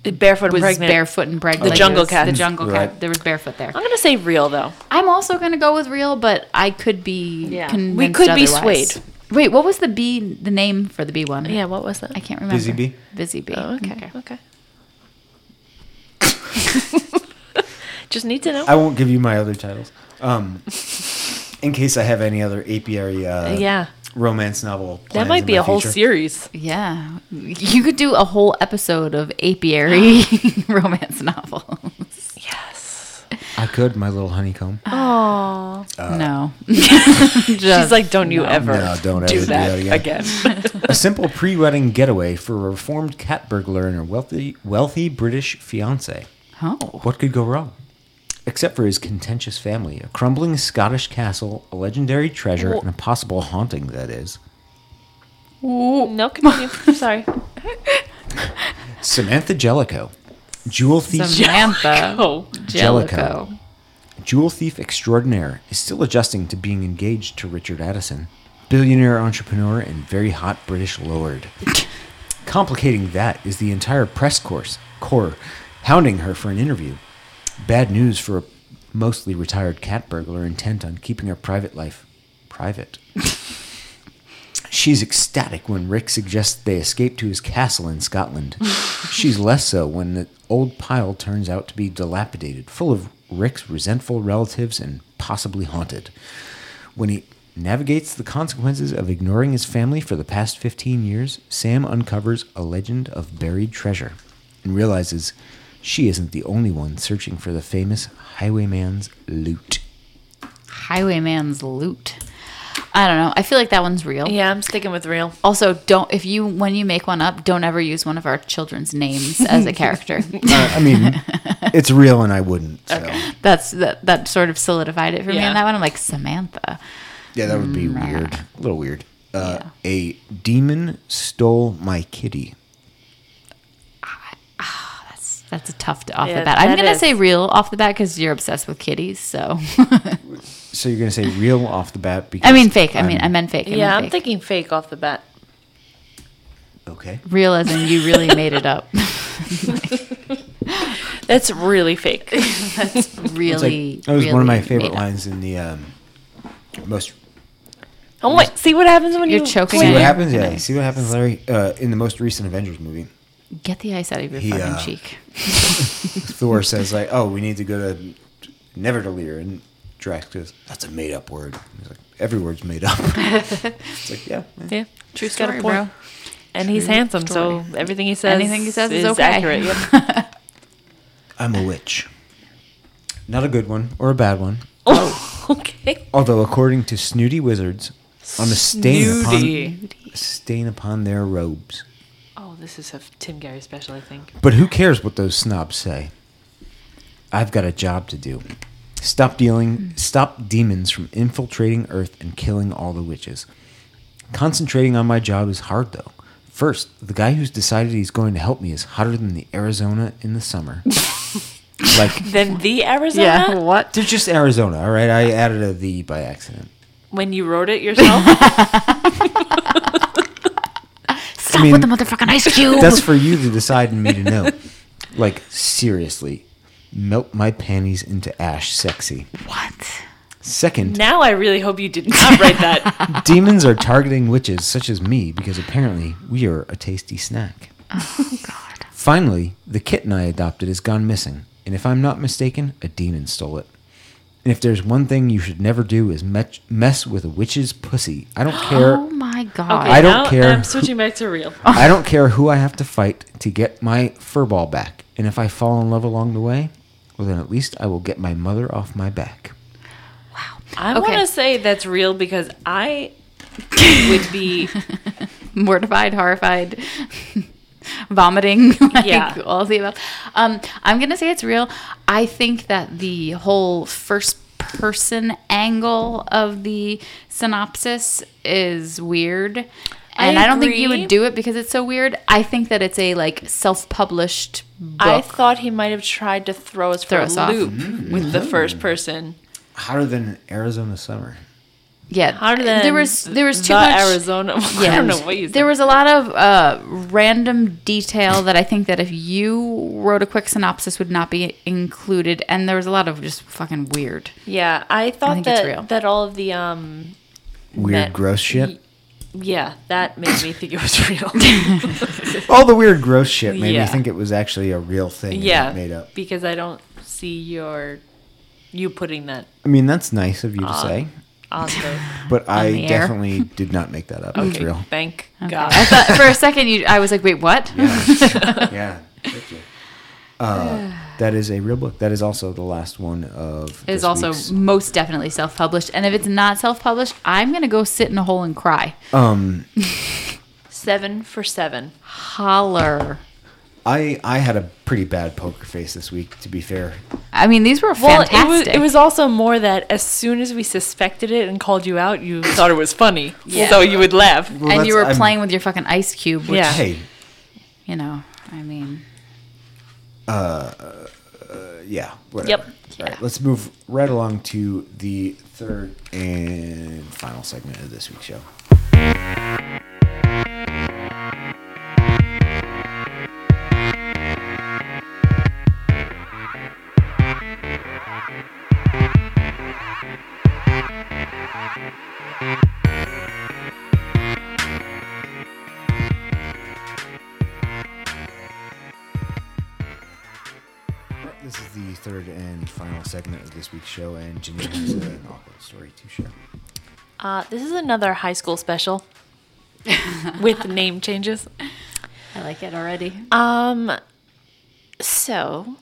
S3: Barefoot
S2: was
S3: and pregnant.
S2: barefoot and pregnant. Like,
S3: jungle
S2: it was
S3: cat.
S2: The jungle
S1: Oh, Right.
S2: cat. There was barefoot there.
S3: I'm gonna say real though.
S2: I'm also gonna go with real, but I could be
S3: Yeah.
S2: convinced
S3: We could be
S2: otherwise.
S3: swayed.
S2: Wait, what was the B the name for the B one?
S3: Yeah. What was that?
S2: I can't remember.
S1: Busy bee?
S2: Busy bee.
S3: Oh, okay. Okay. Just need to know.
S1: I won't give you my other titles. Um, in case I have any other apiary uh,
S3: yeah.
S1: romance novel.
S3: That
S1: plans
S3: might
S1: in
S3: be
S1: my
S3: a whole
S1: future.
S3: series.
S2: Yeah. You could do a whole episode of apiary romance novels.
S3: Yes.
S1: I could, my little honeycomb.
S3: Oh.
S1: Uh,
S2: no.
S3: She's like, don't you ever
S1: No, don't ever
S3: do
S1: do
S3: that
S1: that
S3: again.
S1: again. a simple pre-wedding getaway for a reformed cat burglar and her wealthy, wealthy British fiance.
S2: oh.
S1: What could go wrong? Except for his contentious family, a crumbling Scottish castle, a legendary treasure, and a possible haunting. That is.
S3: no, continue. Sorry.
S1: Samantha Jellicoe, jewel thief.
S2: Samantha
S3: Oh.
S2: Jellicoe.
S1: Jewel thief extraordinaire is still adjusting to being engaged to Richard Addison, billionaire entrepreneur and very hot British lord. Complicating that is the entire press course corps hounding her for an interview. Bad news for a mostly retired cat burglar intent on keeping her private life private. She's ecstatic when Rick suggests they escape to his castle in Scotland. She's less so when the old pile turns out to be dilapidated, full of Rick's resentful relatives and possibly haunted. When he navigates the consequences of ignoring his family for the past 15 years, Sam uncovers a legend of buried treasure and realizes she isn't the only one searching for the famous highwayman's loot.
S2: Highwayman's loot. I don't know. I feel like that one's real.
S3: Yeah, I'm sticking with real.
S2: Also, don't if you when you make one up, don't ever use one of our children's names as a character.
S1: Uh, I mean, it's real and I wouldn't. So.
S2: That's that that sort of solidified it for me
S3: Yeah.
S2: in that one. I'm like Samantha.
S1: Yeah, that would be
S2: Mm,
S1: weird. A little weird. Uh, A demon stole my kitty.
S2: That's a tough to, off
S3: Yeah,
S2: the bat. I'm
S3: that
S2: gonna
S3: is.
S2: say real off the bat because you're obsessed with kitties. So
S1: So you're gonna say real off the bat? Because
S2: I mean fake. I mean I meant fake. I
S3: Yeah,
S2: meant
S3: I'm
S2: fake.
S3: thinking fake off the bat.
S1: okay.
S2: real as in you really made it up.
S3: That's really fake.
S1: It's like-
S2: Really,
S1: that was one of
S2: really
S1: my
S2: made
S1: favorite
S2: up.
S1: lines in the um, most.
S3: Oh my! See what happens when
S2: You're
S3: you
S2: choking
S1: See
S2: Yeah.
S1: what
S2: it.
S1: happens? Yeah. See what happens, Larry. Uh, in the most recent Avengers movie,
S2: Get the ice out of your
S1: He,
S2: fucking
S1: uh,
S2: cheek.
S1: Thor says like, "Oh, we need to go to Neverdelir," and Drax goes, "That's a made-up word." He's like, "Every word's made up." it's like, yeah. yeah.
S3: Yeah, true
S2: Story,
S3: story,
S2: bro.
S3: bro. And he's handsome, so everything he says,
S2: Anything he says is okay.
S3: accurate. Yep.
S1: I'm a witch. Not a good one or a bad one.
S3: Oh. okay.
S1: Although, according to snooty wizards, on a stain
S3: Snooty.
S1: upon a stain upon their robes.
S3: Oh, this is a Tim Gary special, I think.
S1: But who cares what those snobs say? I've got a job to do. Stop dealing. Stop demons from infiltrating Earth and killing all the witches. Concentrating on my job is hard, though. First, the guy who's decided he's going to help me is hotter than the Arizona in the summer. like
S3: Then the Arizona.
S2: Yeah. What?
S1: they're just Arizona, all right? I added a the by accident.
S3: When you wrote it yourself.
S2: Stop
S1: mean,
S2: with the motherfucking ice cube.
S1: That's for you to decide and me to know. Like, seriously, melt my panties into ash sexy.
S2: what?
S1: Second,
S3: now I really hope you did not write that.
S1: demons are targeting witches such as me because apparently we are a tasty snack. Finally, the kitten I adopted is gone missing, and if I'm not mistaken, a demon stole it. And if there's one thing you should never do is met- mess with a witch's pussy. I don't care.
S2: Oh my god.
S1: I don't
S3: now
S1: care.
S3: I'm switching back to real.
S1: I don't care who I have to fight to get my furball back. And if I fall in love along the way, well, then at least I will get my mother off my back.
S3: I
S2: Okay.
S3: want to say that's real because I would be
S2: mortified, horrified, vomiting, like
S3: Yeah.
S2: all of the above. Um, I'm gonna say it's real. I think that the whole first person angle of the synopsis is weird.
S3: I
S2: And I, don't think you
S3: agree.
S2: would do it because it's so weird. I think that it's a like self-published book.
S3: I thought he might have tried to throw us
S2: Throw
S3: for
S2: us
S3: a
S2: off.
S3: loop with the first person.
S1: Hotter than an Arizona summer.
S2: yeah,
S3: Harder than
S2: there was there was too
S3: the
S2: much
S3: Arizona. I don't know what you said.
S2: There was a lot of uh, random detail that I think that if you wrote a quick synopsis would not be included, and there was a lot of just fucking weird.
S3: yeah, I thought
S2: think it's real.
S3: that that all of the um
S1: Weird,
S3: That-
S1: gross shit.
S3: yeah that made me think it was real.
S1: All the weird, gross shit made
S3: Yeah.
S1: me think it was actually a real thing. and
S3: yeah,
S1: not made up.
S3: because I don't see your you putting that
S1: I mean, that's nice of you to say.
S3: on the
S4: But
S2: On the
S4: I
S2: air.
S4: definitely did not make that up. It's
S3: okay,
S4: real.
S3: thank
S2: Okay.
S3: God.
S2: I thought for a second you, I was like, wait, what?
S4: yeah. Uh, that is a real book. That is also the last one of.
S2: It is
S4: this
S2: also
S4: week's.
S2: most definitely self-published, and if it's not self-published, I'm gonna go sit in a hole and cry.
S4: Um,
S3: Seven for seven.
S2: Holler.
S4: I I had a pretty bad poker face this week. To be fair,
S2: I mean, these were
S3: Well,
S2: fantastic.
S3: it was, it was also more that as soon as we suspected it and called you out, you thought it was funny.
S2: Yeah.
S3: So you would laugh.
S4: Well,
S2: and you
S4: that's-
S2: were
S4: I'm-
S2: playing with your fucking ice cube, which
S3: Yeah.
S4: Hey,
S2: you know, I mean,
S4: yeah, whatever. All
S3: Yep.
S2: Yeah.
S4: right, let's move right along to the third and final segment of this week's show. This is the third and final segment of this week's show, and Janine has an awkward story to share.
S3: Uh, this is another high school special with name changes.
S2: I like it already.
S3: Um, so,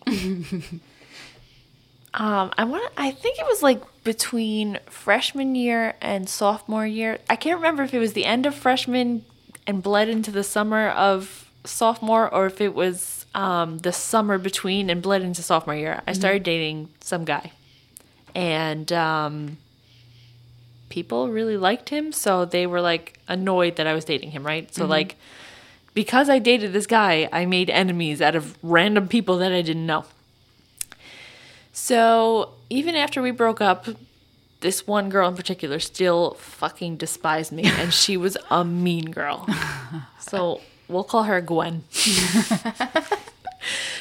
S3: um, I want. I think it was like between freshman year and sophomore year. I can't remember if it was the end of freshman and bled into the summer of sophomore, or if it was um, the summer between and bled into sophomore year. I started dating some guy, and um, people really liked him, so they were like annoyed that I was dating him, right? So like because I dated this guy, I made enemies out of random people that I didn't know. So even after we broke up, this one girl in particular still fucking despised me, and she was a mean girl. So we'll call her Gwen.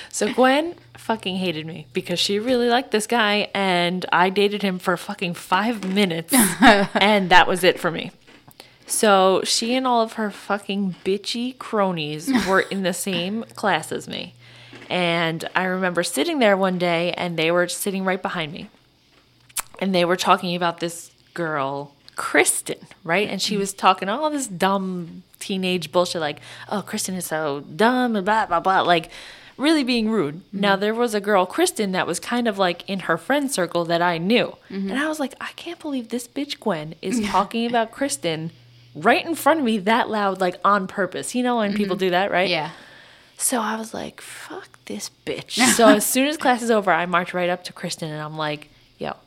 S3: so Gwen fucking hated me because she really liked this guy, and I dated him for fucking five minutes, and that was it for me. So she and all of her fucking bitchy cronies were in the same class as me. And I remember sitting there one day and they were sitting right behind me. And they were talking about this girl, Kristen, right? And she was talking all this dumb teenage bullshit like, oh, Kristen is so dumb and blah, blah, blah. Like, really being rude. Now, there was a girl, Kristen, that was kind of like in her friend circle that I knew. And I was like, I can't believe this bitch Gwen is talking about Kristen right in front of me that loud, like on purpose. You know when people do that, right?
S2: Yeah.
S3: So I was like, fuck this bitch. So as soon as class is over, I march right up to Kristen and I'm like, yo,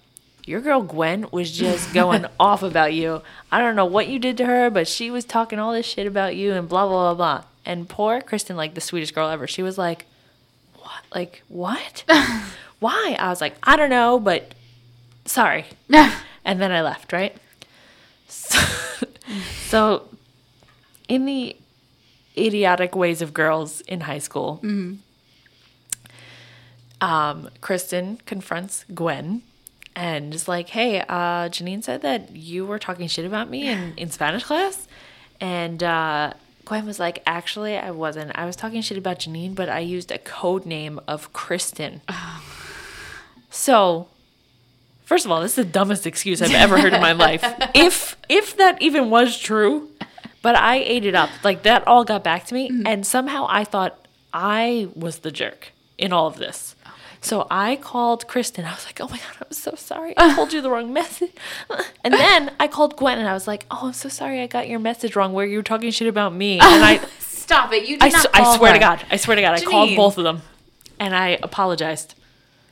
S3: your girl Gwen was just going off about you. I don't know what you did to her, but she was talking all this shit about you and blah, blah, blah, blah. And poor Kristen, like the sweetest girl ever, she was like, what? Like, what? Why? I was like, I don't know, but sorry. and then I left, right? So, so in the idiotic ways of girls in high school. Um, Kristen confronts Gwen and is like, "Hey, uh, Janine said that you were talking shit about me in, in Spanish class," and uh, Gwen was like, "Actually, I wasn't. I was talking shit about Janine, but I used a code name of Kristen." So. First of all, this is the dumbest excuse I've ever heard in my life. If if that even was true, but I ate it up. Like that all got back to me,
S2: Mm-hmm.
S3: and somehow I thought I was the jerk in all of this. So I called Kristen. I was like, "Oh my god, I'm so sorry. I told you the wrong message." And then I called Gwen, and I was like, "Oh, I'm so sorry. I got your message wrong. Where you were talking shit about me." And I,
S2: Stop it! You did
S3: I,
S2: not.
S3: s- I
S2: call
S3: swear to
S2: her.
S3: God, I swear to God, I called
S2: Janine.
S3: both of them, and I apologized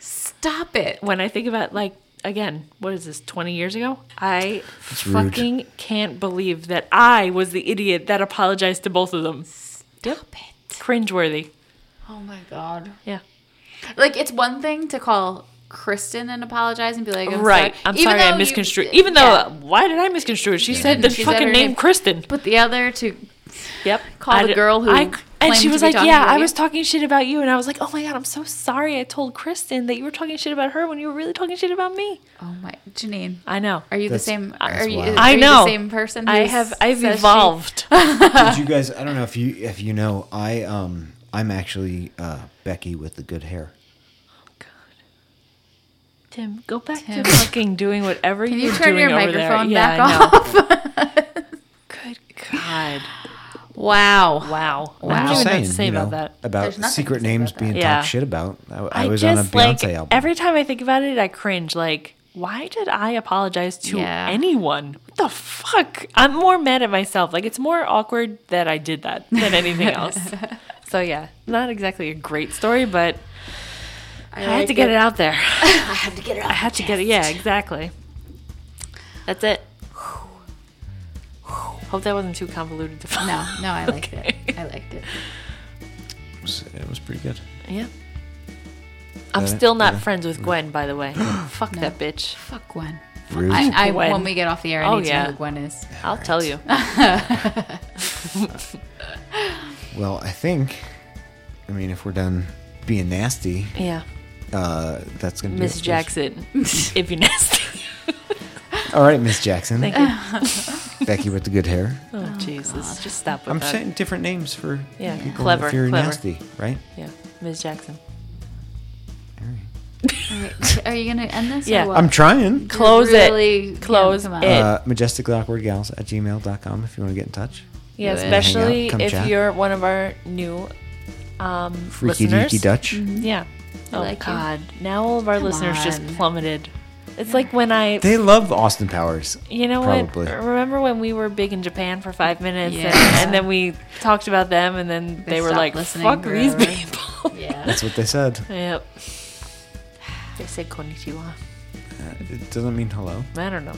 S2: Stop it!
S3: when I think about like again, what is this, twenty years ago? I
S4: rude.
S3: fucking can't believe that I was the idiot that apologized to both of them.
S2: Stop it!
S3: Cringeworthy.
S2: Oh my god!
S3: Yeah.
S2: Like it's one thing to call Kristen and apologize and be like, I'm
S3: right.
S2: sorry.
S3: I'm
S2: Even
S3: sorry
S2: though
S3: I
S2: you-
S3: misconstrued. Even though
S2: yeah.
S3: why did I misconstrue it? She said the
S2: She said
S3: fucking
S2: her
S3: name,
S2: name.
S3: Kristen.
S2: but the other to
S3: Yep.
S2: Call the
S3: d-
S2: girl who
S3: I, and
S2: claimed
S3: she
S2: to
S3: was
S2: be
S3: like,
S2: talking
S3: "Yeah,
S2: about
S3: I
S2: you."
S3: was talking shit about you," and I was like, "Oh my god, I'm so sorry. I told Kristen that you were talking shit about her when you were really talking shit about me."
S2: oh my Janine.
S3: I know.
S2: Are you
S4: That's-
S2: the same?
S4: that's
S2: Are you?
S4: wild.
S2: Are
S3: I
S2: you
S3: know.
S2: the same person.
S3: I
S2: who
S3: have. I've
S2: says she-
S3: evolved.
S4: Did you guys? I don't know if you if you know. I um I'm actually uh, Becky with the good hair.
S3: Tim, go back
S2: Tim.
S3: to fucking doing whatever
S2: Can
S3: you're
S2: you turn
S3: doing
S2: your
S3: over
S2: microphone
S3: there.
S2: back
S3: yeah, I know.
S2: off?
S3: Good God.
S2: wow.
S3: Wow.
S2: Wow.
S3: I
S1: I'm
S3: don't
S1: just
S3: even know
S1: saying,
S3: what to say
S1: you
S3: about
S1: know,
S3: that.
S1: about
S2: There's nothing
S1: secret
S2: to say
S1: names
S2: about that.
S1: being
S3: Yeah.
S1: talked shit about. I, I
S3: I
S1: was on a
S3: just
S1: Beyonce
S3: like
S1: album.
S3: every time I think about it, I cringe. Like, why did I apologize to
S2: Yeah.
S3: anyone? What the fuck? I'm more mad at myself. Like, it's more awkward that I did that than anything else. so yeah, not exactly a great story, but I, had
S2: like
S3: to get
S2: it.
S3: it. out there. I
S2: I had to get it off. I
S3: had to get it. Yeah, exactly. That's it. Hope that wasn't too convoluted to follow.
S2: No, no, I liked it. I liked it.
S1: It was, it was pretty good.
S3: Yeah. I'm
S1: That it?
S3: still not
S1: Yeah.
S3: friends with Gwen, by the way. Fuck that bitch.
S2: Fuck Gwen.
S1: Rude.
S2: I, I
S3: Gwen.
S2: when we get off the air, I
S3: Oh,
S2: need to
S3: yeah.
S2: know who Gwen is.
S3: I'll tell you.
S1: well, I think. I mean, if we're done being nasty,
S3: Yeah.
S1: uh, that's gonna do it for
S3: Miss
S1: us.
S3: Jackson, if you're nasty.
S1: All right, Miss Jackson.
S3: Thank you.
S1: Becky with the good hair.
S3: Oh, Jesus. Just stop with
S1: I'm
S3: that.
S1: saying different names for
S3: Yeah,
S1: people
S3: clever,
S1: If you're
S3: clever.
S1: nasty, right?
S3: Yeah. Ms. Jackson.
S2: All right. Are you gonna end this?
S3: Yeah.
S2: Or what?
S1: I'm trying.
S3: Close it.
S2: Really- yeah,
S3: Close
S2: come on.
S3: it.
S1: Uh, majesticallyawkwardgals at gmail.com if you want to get in touch.
S3: Yeah,
S2: Do it.
S3: especially
S1: Hang out, come
S3: if
S1: chat.
S3: you're one of our new um,
S1: Freaky
S3: listeners.
S1: deaky Dutch.
S3: Yeah. Oh,
S2: like you.
S3: God. Now all of our listeners just
S2: on.
S3: plummeted. It's like when I,
S1: They love Austin Powers.
S3: you know
S1: probably.
S3: what? Remember when we were big in Japan for five minutes
S2: Yeah.
S3: and, and then we talked about them and then they,
S2: They
S3: were
S2: stopped
S3: like,
S2: listening
S3: fuck these
S2: forever.
S3: people.
S2: Yeah.
S1: That's what they said.
S3: yep. They said konnichiwa.
S1: Uh, It doesn't mean hello.
S3: I don't know.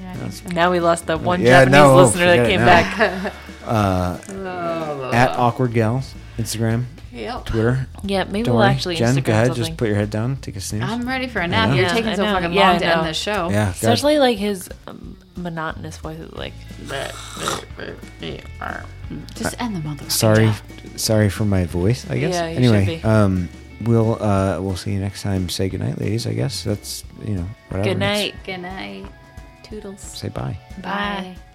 S2: yeah I think so.
S3: Now we lost that one
S1: Yeah,
S3: Japanese
S1: no,
S3: listener that
S1: forget it
S3: came
S1: now. Uh,
S3: back.
S1: At Awkward Gals, Instagram,
S2: Yep.
S1: Twitter.
S3: Yeah, maybe
S1: Don't
S3: we'll
S1: worry.
S3: actually
S1: Jen,
S3: Instagram
S1: go ahead.
S3: something.
S1: Just put your head down. Take a snooze.
S2: I'm ready for a nap.
S1: Yeah.
S2: You're
S3: Yeah,
S2: taking
S3: I
S2: so
S3: know.
S2: fucking
S3: Yeah,
S2: long
S3: I
S2: to end
S3: know.
S2: this show.
S1: yeah, God.
S3: Especially like his um, monotonous voice is like.
S2: Just end the motherfucker.
S1: sorry, sorry for my voice. I guess.
S3: Yeah, you
S1: anyway,
S3: should be.
S1: um, we'll uh, we'll see you next time. Say goodnight, ladies. I guess that's you know. Whatever.
S3: Good night.
S2: Good night. Toodles.
S1: Say bye.
S3: Bye.
S2: Bye.